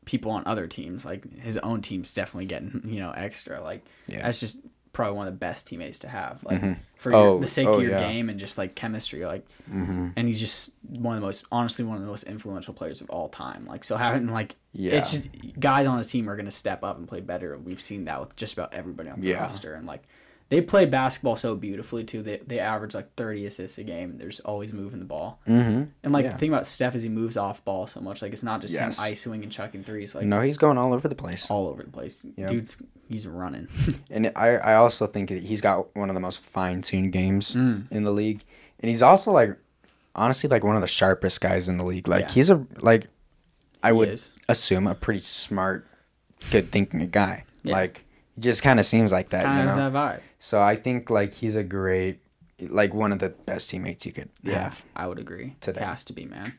people on other teams. Like his own team's definitely getting [LAUGHS] you know extra. Like
Yeah.
that's just probably one of the best teammates to have. Like for
Oh,
your, the sake
oh,
of your
yeah. Mm-hmm.
game and just like chemistry. Like, and he's just one of the most honestly one of the most influential players of all time. Like so having like
Yeah.
it's just guys on his team are gonna step up and play better. We've seen that with just about everybody on the
Yeah.
roster and like. They play basketball so beautifully too. They, they average like 30 assists a game. There's always moving the ball.
Mm-hmm.
And like
Yeah.
the thing about Steph is he moves off ball so much. Like it's not just
Yes. Mm.
him isoing and chucking threes. Like
No, he's going all over the place,
all over the place. Dude's he's running. [LAUGHS]
and I I also think that he's got one of the most fine tuned games
Mm.
in the league, and he's also like honestly like one of the sharpest guys in the league. Like
Yeah.
he's a like I would
is.
assume a pretty smart, good thinking guy.
Yeah.
Like he just kind of seems like that.
Kind
you
of
know?
that vibe.
So I think like he's a great, like one of the best teammates you could have.
I would agree.
Today.
Has to be, man.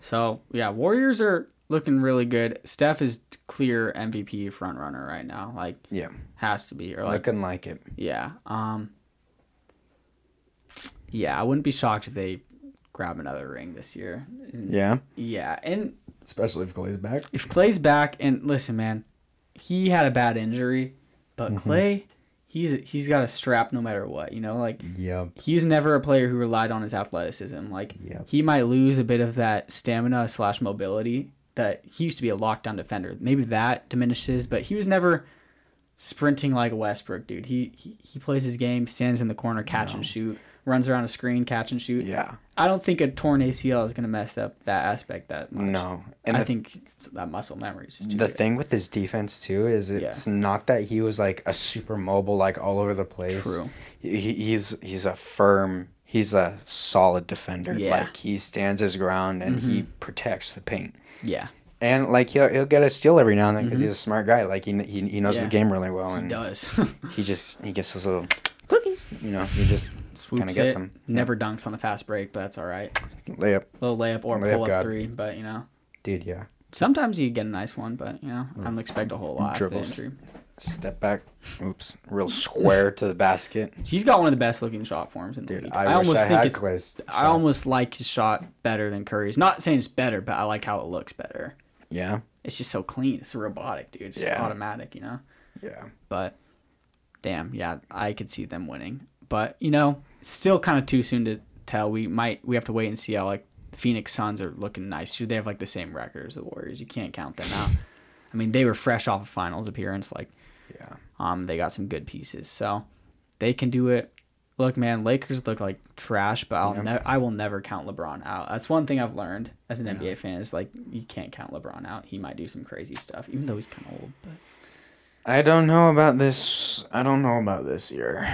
So yeah, Warriors are looking really good. Steph is clear MVP front runner right now. Like
Yeah,
has to be. Or like
looking like it.
yeah. Um Yeah, I wouldn't be shocked if they grab another ring this year. And-
Yeah.
Yeah, and
Especially if Clay's back.
if Clay's back, and listen, man, he had a bad injury, but
Mm-hmm.
Clay, he's he's got a strap no matter what. You know, like
Yep.
he's never a player who relied on his athleticism. Like
Yep.
he might lose a bit of that stamina slash mobility that he used to be a lockdown defender. Maybe that diminishes, but he was never sprinting like Westbrook, dude. He he, he plays his game, stands in the corner, catch and shoot, runs around a screen, catch and shoot.
Yeah.
I don't think a torn ACL is gonna mess up that aspect that much.
No. And
I
the,
think it's that muscle memory is just too
the
good.
thing with his defense too is it's not that he was like a super mobile like all over the place.
True.
He, he- he's he's a firm he's a solid defender.
Yeah. Mm-hmm.
Like he stands his ground and he protects the paint.
Yeah,
And like he'll he'll get a steal every now and then because he's a smart guy. Like he kn- he, he knows
Mm-hmm. Yeah.
the game really well
he
and
does. [LAUGHS]
he just he gets his little cookies. You know he just kind
Swoops
of gets
it.
them.
Never dunks on the fast break, but that's all right.
layup,
Little layup or
Layup
pull up
god.
three, but you know.
dude. Yeah,
Sometimes you get a nice one, but you know, I don't expect a whole lot. after the
Mm. Dribbles.
injury.
step back. Oops, real square to the basket.
He's got one of the best looking shot forms in the
Dude,
league.
I,
I,
wish
almost
I
think
had
it's
Clay's.
I
shot.
almost like his shot better than Curry's. Not saying it's better, but I like how it looks better.
yeah,
It's just so clean. It's robotic, dude. It's just
Yeah.
automatic, you know.
yeah.
But damn, yeah, I could see them winning. But you know, it's still kind of too soon to tell. We might we have to wait and see how like the Phoenix Suns are looking nice. Dude, they have like the same record as the Warriors. You can't count them out. I mean, they were fresh off a finals appearance. Like,
Yeah.
um, they got some good pieces, so they can do it. Look, man, Lakers look like trash, but I'll ne- I will never count LeBron out. That's one thing I've learned as an NBA fan is like you can't count LeBron out. He might do some crazy stuff, even though he's kind of old. But
I don't know about this. I don't know about this year.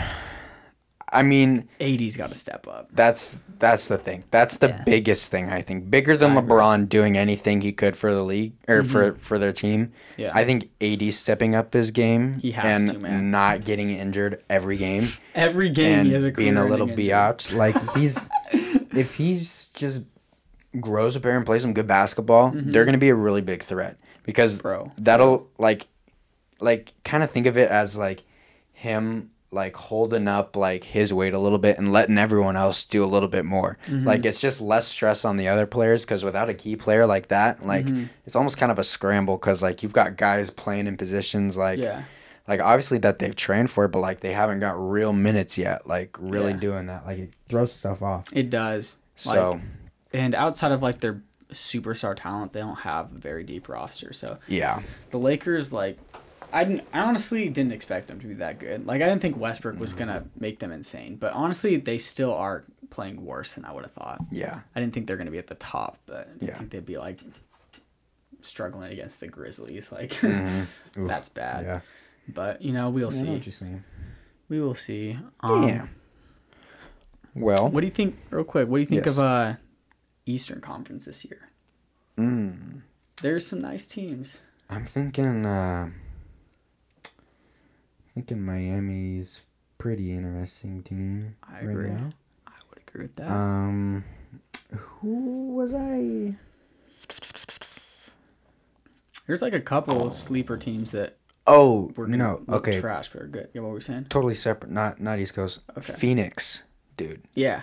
I mean,
80's got to step up.
that's that's the thing. That's the
Yeah.
biggest thing I think. Bigger
I
than
agree. Mm-hmm.
LeBron doing anything he could for the league or for for their team.
Yeah.
I think AD stepping up his game
He has
and
to, man.
not getting injured every game
Every game he has a
and being a
career-ending
little
injury.
biatch. Like
[LAUGHS]
he's if he's just grows up there and plays some good basketball, they're gonna be a really big threat because
Mm-hmm. Bro.
that'll like like kind of think of it as like him like holding up like his weight a little bit and letting everyone else do a little bit more
Mm-hmm.
like it's just less stress on the other players because without a key player like that like
Mm-hmm.
it's almost kind of a scramble because like you've got guys playing in positions like
Yeah.
like obviously that they've trained for but like they haven't got real minutes yet like really
Yeah.
doing that like it-
Throws stuff off.
It does.
so
Like, and outside of like their superstar talent, they don't have a very deep roster. So
yeah
the Lakers, like, I didn't. I honestly didn't expect them to be that good. Like, I didn't think Westbrook was gonna
Mm-hmm.
make them insane. But honestly, they still are playing worse than I would have thought.
yeah
I didn't think they're gonna be at the top, but I didn't
Yeah.
think they'd be like struggling against the Grizzlies. Like,
Mm-hmm. Oof.
[LAUGHS] Mm-hmm. that's bad.
yeah
But you know, we'll
I know
see.
what you're saying.
We will see. Um,
yeah well
What do you think, real quick? What do you think
Oh. Yes.
of uh, Eastern Conference this year? There's some nice teams.
mm, I'm thinking uh thinking Miami's pretty interesting team
I
right
agree.
now.
I would agree with that.
Um who was I
There's like a couple of sleeper teams that
Oh,
we're gonna
no.
look
Okay.
trash, but are good. You know what we're
[LAUGHS]
saying?
Totally separate. Not not East Coast. Phoenix, dude. [LAUGHS]
Yeah,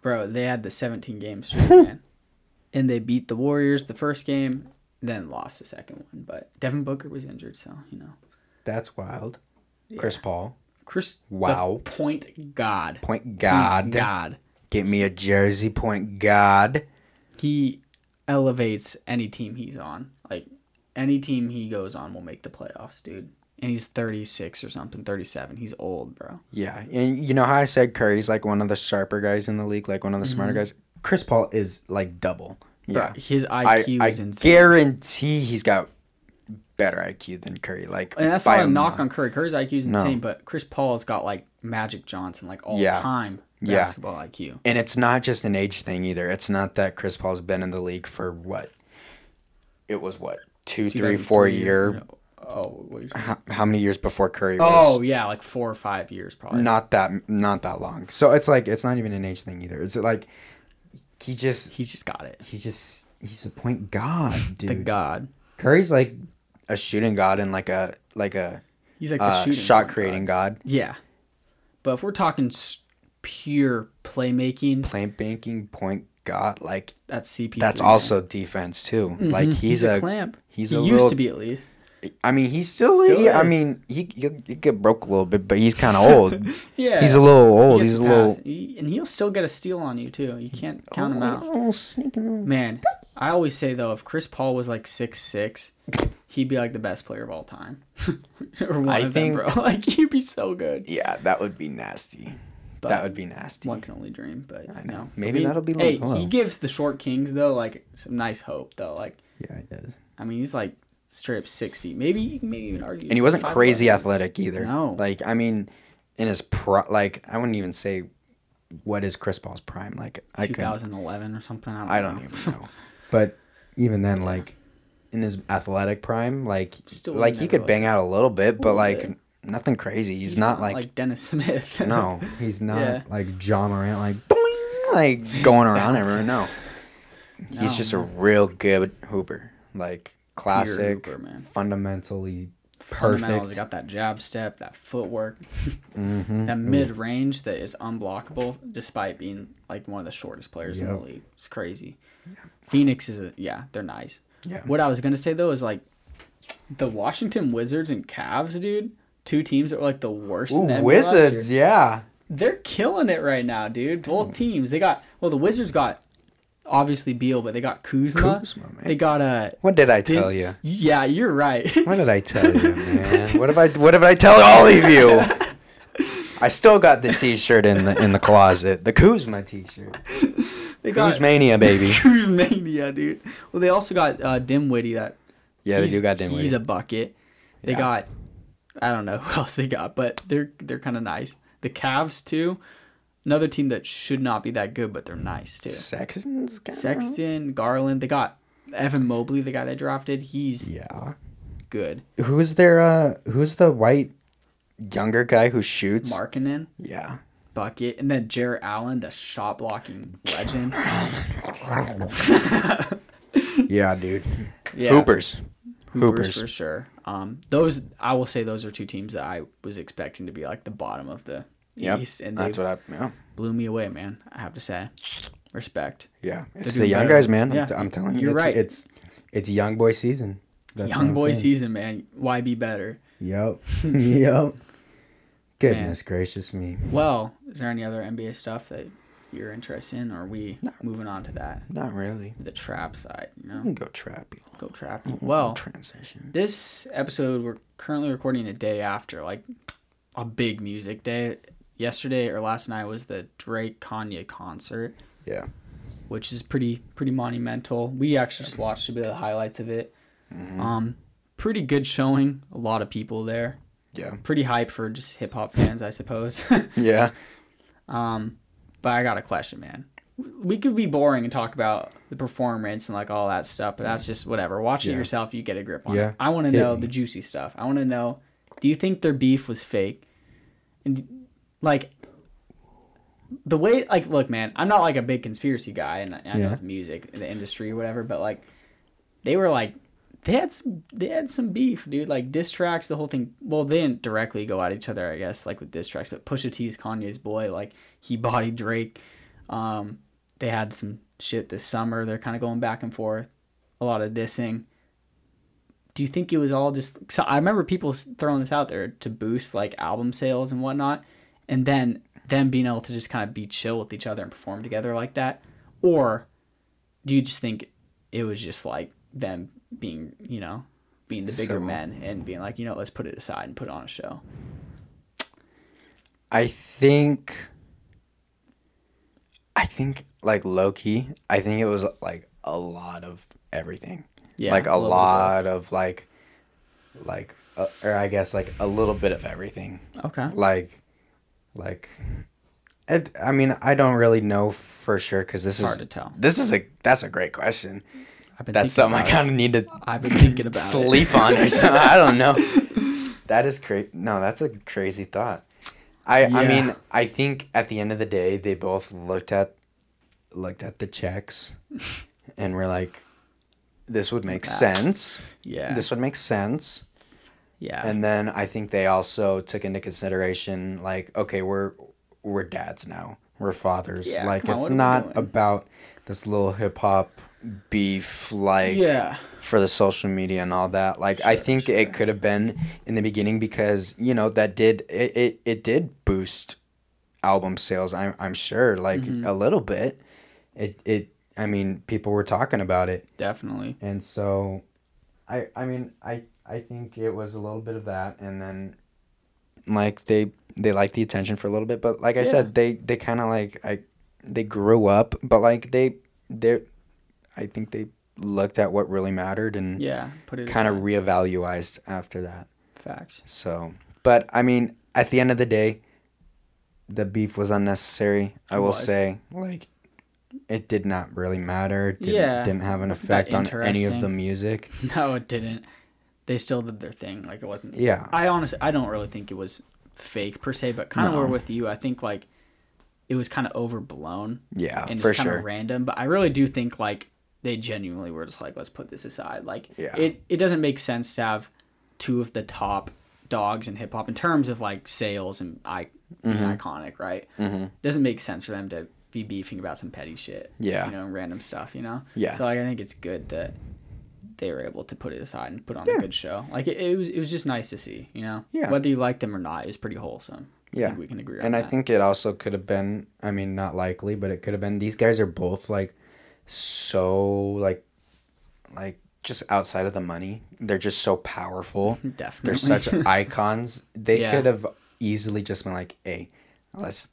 bro, they had the 17 game streak, man, and they beat the Warriors the first game, then lost the second one. But Devin Booker was injured, so you know,
That's wild. Chris Paul.
Chris, the
Wow.
point god,
Point God.
god,
Get me a jersey, point God.
he elevates any team he's on. Like any team he goes on will make the playoffs, dude. And he's 36 or something, 37. He's old, bro.
Yeah. And you know how I said Curry's like one of the sharper guys in the league, like one of the smarter guys? Chris Paul is like double. Yeah.
Mm-hmm. Bro, his
I,
IQ
I
is insane.
guarantee he's got better IQ than Curry. Like,
and that's
by
not a
a
knock
mile.
on Curry. Curry's IQ is insane, but Chris Paul's got like Magic Johnson, like all
Yeah.
time
Yeah.
basketball IQ.
And it's not just an age thing either. It's not that Chris Paul's been in the league for what? It was what two, three, four
2003
year.
Oh, what are you-
How, how many years before Curry was?
oh yeah, like four or five years probably.
not that not that long. So it's like it's not even an age thing either. It's like he just
He's just got it.
he just he's a point god,
[LAUGHS]
dude.
The god.
Curry's like a shooting god and like a like a
He's like the
uh,
shooting
shot
guard.
creating god.
Yeah. But if we're talking s- pure playmaking.
Play banking point got like
That's CP.
that's also defense too.
Mm-hmm.
Like he's, a,
Mm, clamp.
he's
he
a
used
little-
to be at least.
I mean he's still,
Still
he- I
is.
mean he he he get broke a little bit, but he's kind of old.
[LAUGHS] Yeah.
He's a little
He
old.
gets
He's a
the
little
pass. He- and he'll still get a steal on you too. You can't count him out.
Oh, sneaking little-
Man, I always say though, if Chris Paul was like six six, he'd be like the best player of all time. [LAUGHS] or one
I
of
think-
them, bro. [LAUGHS] Like he'd be so good.
Yeah, that would be nasty.
But
that would be nasty.
One can only dream, but I
know.
know.
Maybe that'll be
Hey,
like, hello.
he gives the short kings though like some nice hope though. Like
Yeah, it does.
I mean, he's like straight up six feet. Maybe you can maybe even argue.
And he
he's
wasn't
five
crazy
eleven.
athletic either.
No.
Like I mean, in his pro, like I wouldn't even say what is Chris Paul's prime. Like I could,
2011 or something. I don't, know.
I don't
[LAUGHS]
even know. but even then, like in his athletic prime, like
Still
like he
never,
could
like,
bang out a little bit, but
little
like
bit.
nothing crazy. He's, not, like,
Dennis Smith.
[LAUGHS] no, he's not
Yeah.
like John Morant, like boing, like going around everyone. No,
No,
he's just a
no.
real good hooper. Like classic,
hooper, man.
fundamentally
[LAUGHS] Fundamentals, he
perfect.
got that jab step, that footwork,
Mhm.
that mid range that is unblockable, despite being like one of the shortest players in the
Yep.
league. It's crazy. Phoenix is a yeah, they're nice.
Yeah.
What I was gonna say though is like the Washington Wizards and Cavs, dude. Two teams that were like the worst. in
Ooh,
the NBA last year.
Wizards, Hmm. yeah.
they're killing it right now, dude. Both teams. They got well, the Wizards got obviously Beal, but they got Kuzma.
Kuzma, man.
They got uh
What did I tell [LAUGHS] you?
Dinks- Yeah, you're right. [LAUGHS]
What did I tell you, man? What if I what if I [LAUGHS] tell all of you? I still got the T-shirt in the in the closet, the Kuzma T-shirt.
they got
Kuzmania,
[LAUGHS]
baby.
Kuzmania, dude. Well, they also got uh, Dimwitty. That
Yeah, they
he's-
do got
He's
Dinwiddie.
a bucket. They
Yeah.
got I don't know [LAUGHS] who else they got, but they're they're kind of nice. The Cavs too. Another team that should not be that good, but they're nice too.
Sexton's kind
Sexton, Garland. They got Evan Mobley. The guy they drafted. He's
Yeah.
good.
Who's their uh who's the white younger guy who shoots?
Markkinen. [LAUGHS]
Yeah.
bucket, and then Jarrett Allen, the shot blocking
[LAUGHS]
legend.
yeah, dude.
Yeah,
Hoopers.
Hoopers
Hoopers.
for sure. Um, those I will say those are two teams that I was expecting to be like the bottom of the
Yep.
East, and they
That's what I yeah.
blew me away, man. I have to say, respect.
Yeah. It's
doing
the young
better.
guys, man.
Yeah.
I'm, t- I'm telling you.
You're
it's-
right.
It's it's young boy season.
That's what
Young
I'm
boy
saying.
season, man. Why be better? [LAUGHS]
Yep. yep.
Goodness gracious me.
Well, is there any other NBA stuff that you're interested in, or are we moving on to that?
Not really.
The trap side, you
I
know,
can go trap you.
go trapping.
Mm-hmm.
Well,
transition.
this episode we're currently recording a day after like a big music day yesterday or last night was the drake kanye concert
Yeah.
which is pretty pretty monumental we actually just watched a bit of the highlights of it
Mm-hmm.
um pretty good showing a lot of people there
Yeah.
pretty hype for just hip-hop fans i suppose [LAUGHS]
Yeah.
um but i got a question man we could be boring and talk about the performance and like all that stuff, but that's just whatever. Watch
Yeah.
it yourself, you get a grip on
Yeah.
it. I want to
Hit
know
me.
the juicy stuff. I want to know do you think their beef was fake? And like the way like look, man, I'm not like a big conspiracy guy and I I know
Yeah.
it's music in the industry or whatever, but like they were like they had some they had some beef, dude. Like diss tracks, the whole thing. Well, they didn't directly go at each other, I guess, like with diss tracks. But Pusha T's Kanye's boy, like he bodied Drake. Um, they had some shit this summer. They're kind of going back and forth, a lot of dissing. Do you think it was all just? So I remember people s- throwing this out there to boost like album sales and whatnot, and then them being able to just kind of be chill with each other and perform together like that, or do you just think it was just like them being, you know, being the bigger
So-
men and being like, you know, let's put it aside and put on a show?
I think. I think like low key. I think it was like a lot of everything.
Yeah,
Like a
a little bit of
lot of like, like, uh, or I guess like a little bit of everything.
Okay.
Like, like. It, I mean, I don't really know for sure because this
Hard
is
to tell.
This is a that's a great question.
I've been
That's
thinking
something I
about
kind of need to
it. I've been thinking about it.
sleep on or something. I
[LAUGHS]
don't know. That is crazy. No, that's a crazy thought. I I
Yeah.
mean, I think at the end of the day, they both looked at looked at the
[LAUGHS]
checks, and were like, "This would make sense.
Yeah.
This would make sense."
yeah.
And then I think they also took into consideration like, okay, we're we're dads now. We're fathers.
Yeah,
like
come on,
it's
what are we
not
doing?
about this little hip hop beef like
Yeah.
for the social media and all that. Like I
Sure,
think
sure.
it could have been in the beginning because, you know, that did it it, it did boost album sales, I'm I'm sure, like
Mm-hmm.
a little bit. It it I mean, people were talking about it
Definitely.
and so i i mean i i think it was a little bit of that and then like they they like the attention for a little bit but like i
Yeah.
said they they kind of like i they grew up but like they they i think they looked at what really mattered and
Yeah. Put it
kind of
aside.
reevaluated after that
facts.
so but i mean at the end of the day the beef was unnecessary i
It
will
was.
say like it did not really matter it didn't,
Yeah.
didn't have an
Wasn't that
effect on any of the
interesting?
music
[LAUGHS] No, it didn't. They still did their thing. Like it wasn't.
Yeah.
I honestly, I don't really think it was fake per se, but kind of
No.
where with you, I think like it was kind of overblown
Yeah,
and
Uh, for
it's kind
sure.
of random. But I really do think like they genuinely were just like, let's put this aside. Like
Yeah.
it, it doesn't make sense to have two of the top dogs in hip hop in terms of like sales and I being iconic, right? Mm-hmm. Doesn't make sense for them to be beefing about some petty shit.
Yeah.
You know, random stuff. You know.
Yeah.
So like, I think it's good that they were able to put it aside and put on a good show. Like it, it was, it was just nice to see. You know,
Yeah.
Whether you like them or not, it was pretty wholesome. I
Yeah.
think we can agree. on
and I
that.
think it also could have been, I mean, not likely, but it could have been these guys are both like so like like just outside of the money. They're just so
[LAUGHS]
powerful. They're
definitely
such icons. They
Yeah.
could have easily just been like, "Hey, let's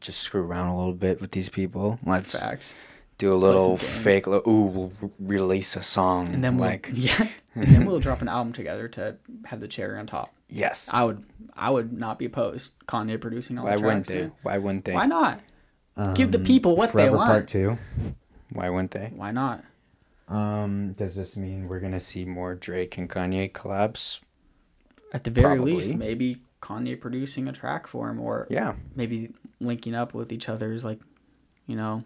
just screw around a little bit with these people. Let's
facts.
do
some
a little
games."
fake. Li- ooh, we'll re- release a song."
And then we'll,
like, [LAUGHS]
yeah, and then we'll drop an album together to have the cherry on top.
yes,
I would, I would not be opposed. Kanye producing all
why
the
wouldn't
tracks.
they?
dude.
Why wouldn't they? Um,
Why not? Give the people what they
Um, Forever
want.
Part Two.
Why wouldn't they?
Why not?
Um, does this mean we're gonna see more Drake and Kanye collabs?
At the very least,
Probably.
maybe Kanye producing a track for him, or
Yeah,
maybe linking up with each other's like, you know,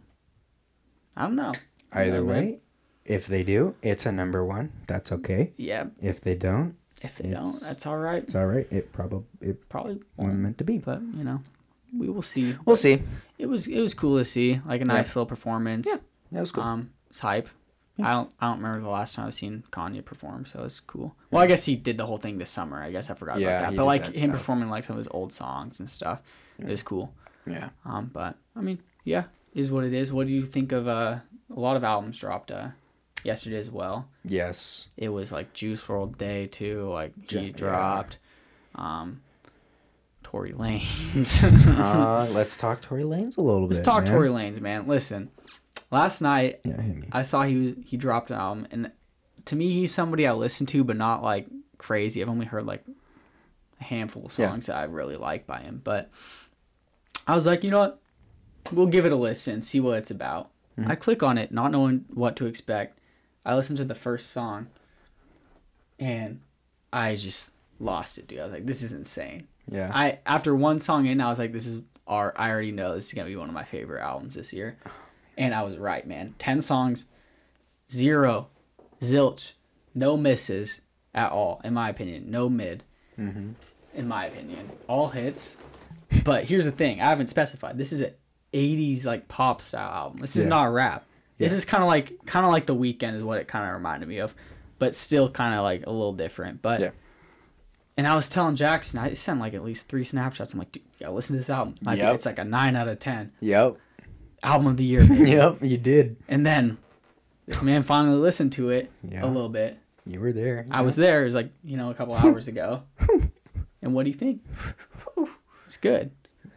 I don't know.
either
Yeah,
way,
right?
if they do, it's a number one. That's okay.
Yeah,
If they don't,
if they
It's-
don't, that's all right.
it's all right. It probably it
Probably
wasn't
won't,
meant to be.
but you know, we will see.
We'll see.
It was it was cool to see, like a nice little performance.
Yeah. That was cool.
Um, it's hype. I don't I don't remember the last time I've seen Kanye perform, so it's cool. Well, I guess he did the whole thing this summer. I guess I forgot
Yeah,
about that.
he
But
did
like
that
him
stuff.
performing like some of his old songs and stuff, it was cool.
yeah.
Um, but I mean, yeah, is what it is. What do you think of uh, a lot of albums dropped uh, yesterday as well?
Yes.
It was like Juice World Day too. Like
Ja-
he
yeah.
dropped, um, Tory Lane.
[LAUGHS]
[LAUGHS]
uh, let's talk Tory Lanez a little bit.
Let's talk
man.
Tory Lanes, man. Listen, last night
Yeah, hit me.
I saw he was he dropped an album, and to me he's somebody I listen to, but not like crazy. I've only heard like a handful of
Yeah.
songs that I really like by him, but I was like, you know what, we'll give it a listen, see what it's about. I click on it, not knowing what to expect. I listened to the first song, and I just lost it, dude. I was like, this is insane.
Yeah.
I after one song in, I was like, "This is our. I already know this is gonna be one of my favorite albums this year," and I was right, man. Ten songs, zero, zilch, no misses at all, in my opinion. No mid, in my opinion. All hits. But here's the thing: I haven't specified. This is a '80s like pop style album. This is
Yeah.
not rap. This is kind of like kind of like The Weeknd is what it kind of reminded me of, but still kind of like a little different. But
Yeah.
and I was telling Jackson, I sent like at least three snapshots. I'm like, dude, you gotta listen to this album. Like,
Yep.
It's like a nine out of ten
Yep.
album of the year.
[LAUGHS]
baby.
Yep. You did.
And then this man finally listened to it
Yeah.
a little bit.
You were there.
I was there. It was like you know a couple hours
[LAUGHS]
ago. and what do you think? It's good.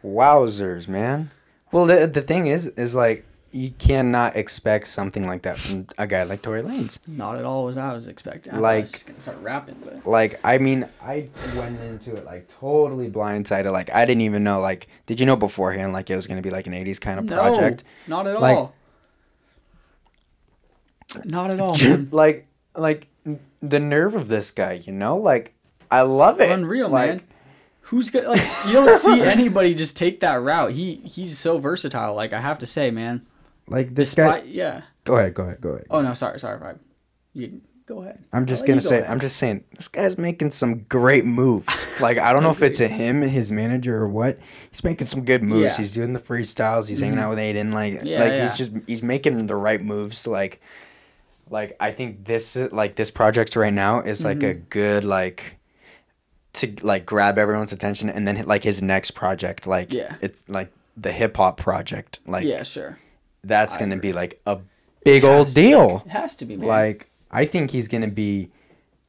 Wowzers, man. Well, the the thing is, is like you cannot expect something like that from a guy like Tory Lanez.
Not at all as I was expecting. I thought I
Like-
was just gonna start rapping, but
like I mean I went into it like totally blindsided like I didn't even know like did you know beforehand like it was gonna be like an 80s kind of
no,
project [LAUGHS]
not at
Like-
all. Not at
[LAUGHS]
all. man.
like like the nerve of this guy you know like I love it
Unreal,
like,
man. Who's gonna like? You don't
[LAUGHS]
see anybody just take that route. He he's so versatile. Like I have to say, man.
Like this
Despite
guy.
yeah.
Go ahead. Go ahead. Go ahead.
Oh no, sorry, sorry. If I, you, Go ahead.
I'm
I'll
just
let you
gonna
go
say,
ahead.
I'm just saying, this guy's making some
[LAUGHS]
great moves. Like I don't know if it's a him, his manager, or what. He's making some good moves.
Yeah. Mm-hmm.
He's doing the freestyles. He's hanging out with Aiden. Like,
Yeah,
like
yeah.
he's just he's making the right moves. Like, like I think this like this project right now is like
Mm-hmm.
a good like to like grab everyone's attention, and then like his next project, like
Yeah.
it's like the hip hop project. Like
yeah, sure.
that's gonna be like a big old deal
It has to be, man.
like I think he's gonna be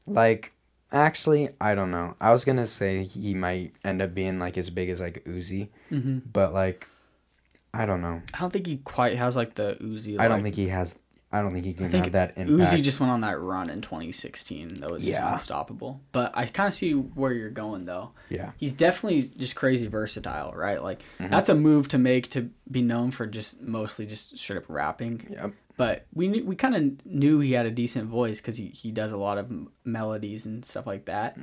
like actually I don't know. I was gonna say he might end up being like as big as like Uzi,
Mm-hmm.
but like I don't know.
I don't think he quite has like the Uzi.
I don't
like-
think he has. I don't think he can
I think
have that impact.
Uzi just went on that run in 2016 that was just
Yeah.
unstoppable. But I kind of see where you're going though.
yeah
He's definitely just crazy versatile, right? Like
Mm-hmm.
that's a move to make to be known for just mostly just straight up rapping.
Yep.
But we knew, we kind of knew he had a decent voice because he, he does a lot of m- melodies and stuff like that.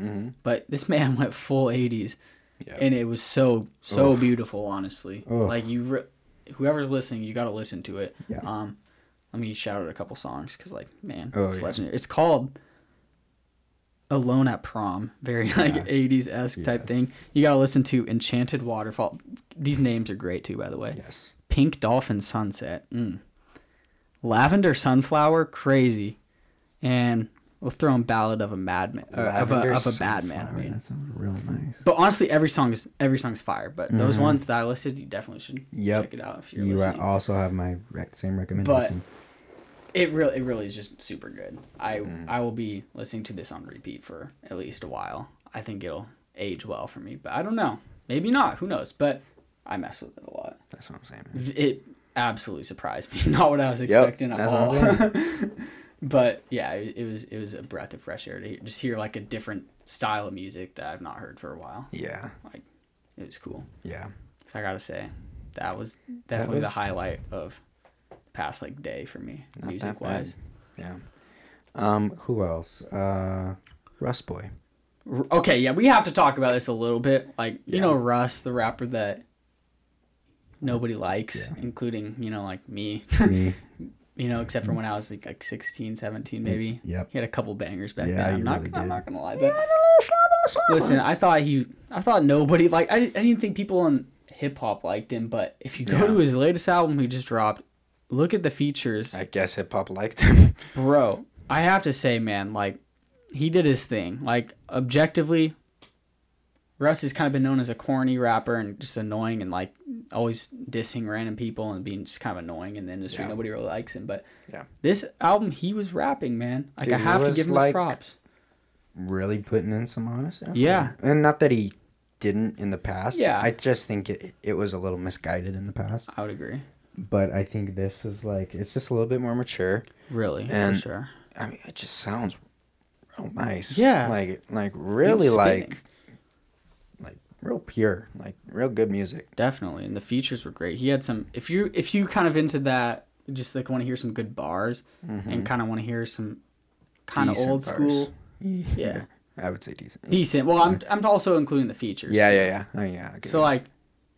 But this man [LAUGHS] went full 80s,
Mm-hmm. Yep.
and it was so so beautiful. Honestly,
Oof.
like you, re- whoever's listening, you got to listen to it.
Yeah.
Um, let me shout out a couple songs because like man,
Oh,
it's
yeah.
legendary. It's called Alone at Prom, [LAUGHS] very like 80s esque type
Yes.
thing. You got to listen to Enchanted Waterfall. These names are great too, by the way.
yes
Pink Dolphin Sunset. Mm. Lavender Sunflower, crazy. And we'll throw in Ballad of a Madman, uh, of a,
Lavender
of a Badman. I
Alright,
mean.
that sounds real nice.
But honestly, every song is every song's fire. But those ones that I listed, you definitely should
Mm-hmm. Yep.
check it out if you're
You
uh,
listening.
also have my rec- same recommendation.
It really, it really is just super good. I
Mm-hmm.
I will be listening to this on repeat for at least a while. I think it'll age well for me, but I don't know. Maybe not. Who knows? But I mess with it a lot.
that's what I'm saying. man.
It absolutely surprised me. [LAUGHS] Not what I was expecting at
that's what
all.
I'm
[LAUGHS] but yeah, it, it was it was a breath of fresh air to hear, just hear like a different style of music that I've not heard for a while.
Yeah,
Like it was cool.
yeah,
So I gotta say, that was definitely
was-
the highlight of the past like day for me,
Not that
music wise.
yeah. Um, who else? Uh,
[LAUGHS]
Rust Boy.
R- Okay, yeah, we have to talk about this a little bit. Like, you
Yeah.
know, Russ, the rapper that nobody likes,
Yeah.
including, you know, like me, [LAUGHS]
Me.
you know, except for when I was like, like 16, 17, maybe.
yep.
He had a couple bangers back
Yeah,
then.
you
I'm not,
really
I'm
did.
not gonna lie, but listen, I thought he, I thought nobody like, I, I didn't think people in hip hop liked him, but if you go
Yeah.
to his latest album he just dropped, look at the features,
I guess hip hop liked him. [LAUGHS]
bro. I have to say, man, like he did his thing. Like objectively, Russ has kind of been known as a corny rapper and just annoying and like always dissing random people and being just kind of annoying in the industry.
Yeah.
Nobody really likes him, but
Yeah.
this album he was rapping, man. Like
Dude,
I
he
have to
was,
give him his
like,
props.
really putting in some honest effort.
Yeah.
And not that he didn't in the past.
Yeah.
I just think it, it was a little misguided in the past.
I would agree,
But I think this is like, it's just a little bit more mature.
really,
And
for sure.
I mean, it just sounds real nice.
Yeah.
Like, like really like,
spinning.
like real pure, like real good music.
Definitely, and the features were great. He had some. If you if you kind of into that, just like want to hear some good bars and kind of want to hear some kind of
Mm-hmm. Decent
old
bars.
school.
[LAUGHS]
yeah.
I would say decent.
decent. Well, I'm I'm also including the features.
yeah,
too.
yeah, yeah. Oh, yeah. I get
So
it.
like,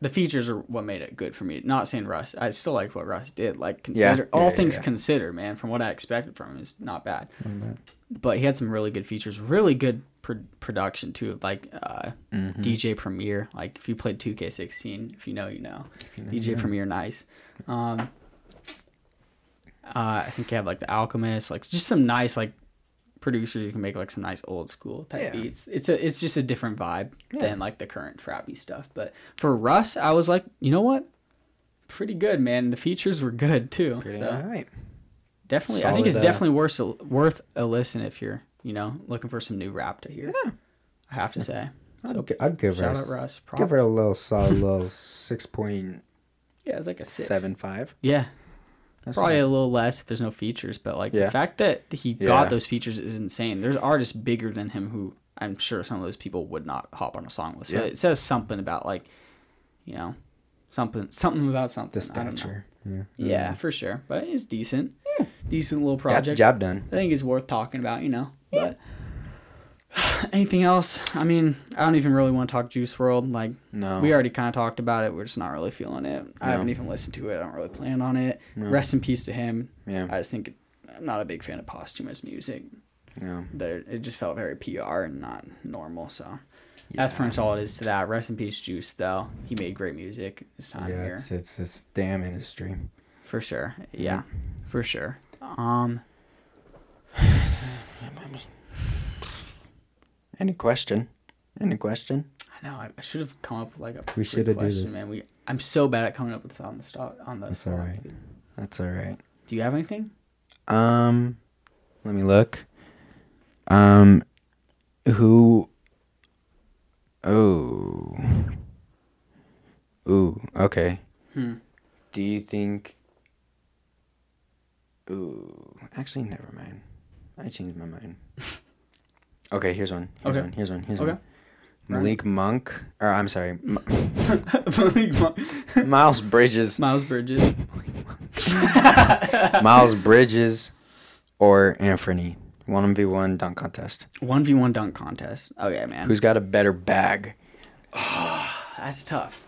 the features are what made it good for me. Not saying Russ, I still like what Russ did. Like consider
Yeah,
all
yeah,
things
yeah.
considered, man. From what I expected from him, it's not bad.
bad.
But he had some really good features. Really good pro- production too. Like uh,
Mm-hmm.
DJ Premier. Like if you played 2K16, if you know, you know. DJ Premier, E nice. Um, uh, I think he had like the Alchemist, like just some nice like producers who can make like some nice old school type
Yeah.
beats. It's a it's just a different vibe
Yeah.
than like the current trappy stuff. But for Russ, I was like, you know what? Pretty good, man. The features were good too.
pretty
so
all right.
definitely, I think
Solid,
it's
uh,
definitely worth a, worth a listen if you're you know looking for some new rap to hear.
Yeah.
I have to say.
I'd,
So
gi- I'd give her,
shout out
s-
Russ.
give her
props.
a little solid little 6.75.
yeah, it's like a six. Yeah,
That's
Probably
not-
a little less if there's no features, but like
Yeah.
the fact that he
Yeah.
got those features is insane. There's artists bigger than him who I'm sure some of those people would not hop on a song list. So
Yeah.
it says something about like, you know, something something about something.
the
I don't know.
stature. Mm.
Yeah, for sure. But it's decent. Decent little
Got the
project.
job done.
I think it's worth talking about, you know. But [SIGHS] anything else? I mean, I don't even really want to talk Juice World. Like
No.
we already kind of talked about it. We're just not really feeling it. I
No.
haven't even listened to it. I don't really plan on it. Rest in peace to him.
Yeah.
I just think I'm not a big fan of posthumous music.
Yeah.
There, it just felt very PR and not normal. So that's pretty much all it is to that. Rest in peace, Juice. Though he made great music his time
yeah,
here
it's it's this damn industry.
for sure. Yeah, for sure. Um,
Any question? Any question?
I know I- I should have come up with like a
We
good
shoulda do
question,
this.
man. We I'm so bad at coming up with stuff on the spot on the.
That's
spot.
all right.
That's all right.
Do you have anything?
Um, let me look. Um, who? Oh. Ooh. Okay.
Hmm. [LAUGHS]
Do you think? Ooh. Actually, never mind. I changed my [LAUGHS] mind. Okay, here's one. Here's
Okay.
one. Here's one. Here's
Okay.
one. Malik Monk, or I'm sorry, M- [LAUGHS] Miles Bridges.
Miles Bridges.
[LAUGHS] Miles Bridges or Anfernee. 1v1 dunk contest.
One v one dunk contest. Okay, man.
Who's got a better bag?
That's tough.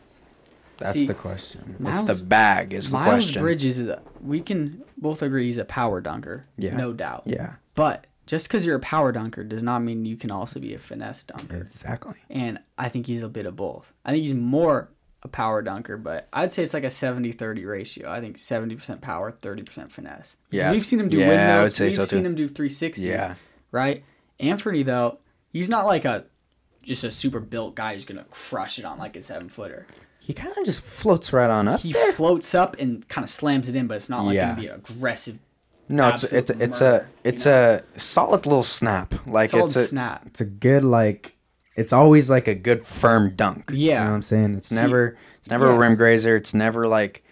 That's
See,
the question. it's
Miles-
the bag is the
Miles
question.
Bridges is a, we can both agree he's a power dunker.
Yeah.
No doubt.
Yeah.
But just because you're a power dunker does not mean you can also be a finesse dunker.
Exactly.
And I think he's a bit of both. I think he's more a power dunker, but I'd say it's like a 70-30 ratio. I think 70% power, 30% finesse. 'Cause
Yeah.
We've seen him do
Yeah,
windmills.
I would say
We've
so,
seen
too.
him do 360s.
Yeah.
Right? Anthony, though, he's not like a just a super built guy who's going to crush it on like a seven footer.
He kind of just floats right on up.
he floats up and kind of slams it in, but it's not like
Yeah.
gonna be an aggressive.
no, it's
absolute
it's it's
murder,
a it's a solid little snap. Like
solid
it's a
snap.
It's a good like.
it's always like a good firm dunk.
You know what
Yeah,
I'm saying? It's
It's never it's never a
yeah.
rim grazer. It's never like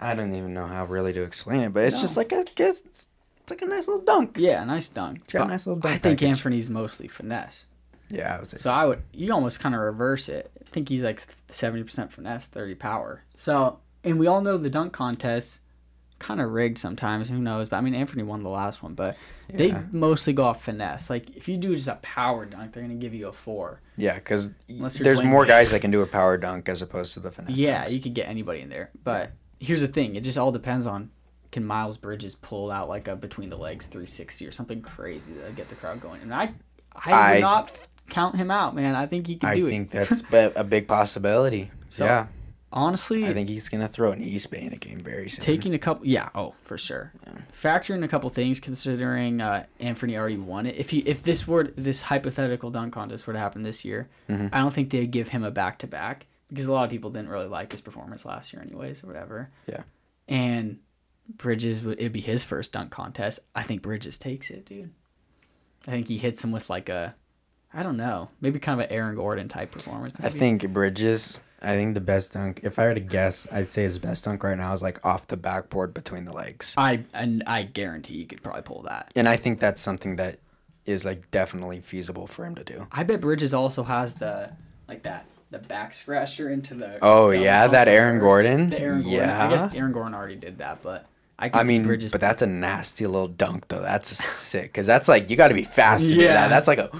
I don't even know how really to explain it, but it's
No.
just like a it's, it's like a nice little dunk.
yeah, nice dunk.
got a
But
nice little dunk
I think
package.
Anthony's mostly finesse,
Yeah, I would say
so I would you almost kind of reverse it. I think he's like seventy percent finesse, thirty power. So, and we all know the dunk contest kind of rigged sometimes. Who knows? But I mean, Anthony won the last one, but they
Yeah.
mostly go off finesse. Like if you do just a power dunk, they're gonna give you a four.
Yeah, because
Unless you're
there's
Dwayne [LAUGHS]
more
Wade.
guys that can do a power dunk as opposed to the finesse.
Yeah,
dunks.
you could get anybody in there. But here's the thing: it just all depends on can Miles Bridges pull out like a between the legs 360 or something crazy to get the crowd going. And I, I,
I-
would not count him out, man. I think he can
I
do [LAUGHS]
think
it.
that's b- a big possibility.
So,
yeah,
Honestly,
I think he's gonna throw an East Bay in a game very soon.
taking a couple, yeah, oh for sure. Factor in a couple things considering uh, Anthony already won it. If he, if this were this hypothetical dunk contest were to happen this year,
Mm-hmm.
I don't think they'd give him a back to back because a lot of people didn't really like his performance last year, anyways, or whatever.
yeah,
and Bridges would it'd be his first dunk contest. I think Bridges takes it, dude. I think he hits him with like a, I don't know, maybe kind of an Aaron Gordon type performance.
I
maybe.
think Bridges. I think the best dunk. If I were to guess, I'd say his best dunk right now is like off the backboard between the legs,
I and I guarantee you could probably pull that.
and I think that's something that is like definitely feasible for him to do.
I bet Bridges also has the like that the back scratcher into the.
Oh,
dunk
yeah, that
contest
Aaron
first.
Gordon?
The Aaron Gordon. I
Yeah.
guess Aaron Gordon already did that, but I can
I
see
mean,
Bridges.
but that's a nasty little dunk though. That's a sick because that's like you got to be fast to do
Yeah.
that. That's [LAUGHS] like a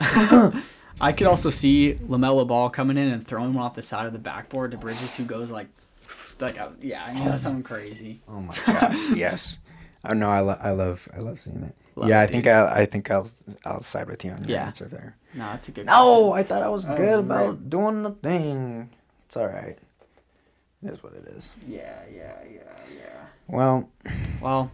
I could also see Lamelo Ball coming in and throwing one off the side of the backboard to Bridges, who goes like, like out- yeah, I know something crazy.
Oh my gosh! yes. Oh no, I, lo- I love I love seeing it.
Love
yeah,
it,
I think
dude.
I I think I'll I'll side with you on your
Yeah.
answer there.
No, that's a good.
No, I thought I was
Oh,
good
right.
about doing the thing. It's all right. It is what it is.
Yeah, yeah, yeah, yeah.
Well,
Well,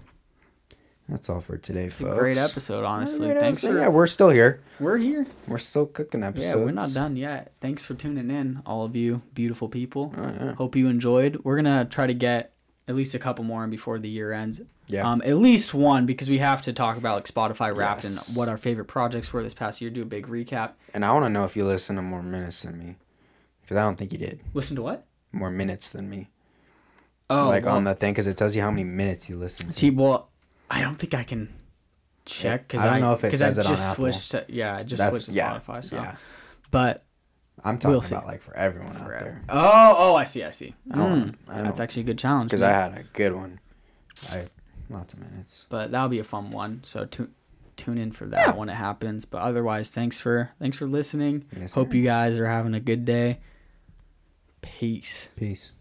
that's all for today,
it's
folks.
a great episode, honestly.
Great
Thanks
episode.
for
yeah, we're still here.
we're here.
We're still cooking episodes.
Yeah, we're not done yet. Thanks for tuning in, all of you beautiful people.
Oh, yeah.
Hope you enjoyed. We're gonna try to get at least a couple more in before the year ends.
Yeah.
Um, at least one because we have to talk about like Spotify Wrapped
Yes.
and what our favorite projects were this past year. Do a big recap.
And I want to know if you listen to more minutes than me, because I don't think you did
Listen to what?
more minutes than me.
Oh,
like
well,
on the thing, because it tells you how many minutes you listen. To.
See, well, I don't think I can check because
I don't know if it
'cause
says
I
it on
just
Apple.
switched to yeah, I just switched to
yeah,
Spotify. So,
yeah.
but
I'm talking
see.
about like for everyone out
Forever.
there.
Oh, oh, I see, I see. Mm.
I don't-
That's actually a good challenge.
because I
man.
had a good one. I lots of minutes.
but that'll be a fun one. So tu- tune in for that when it happens. But otherwise, thanks for thanks for listening.
Yes,
Hope
sir.
you guys are having a good day. Peace.
Peace.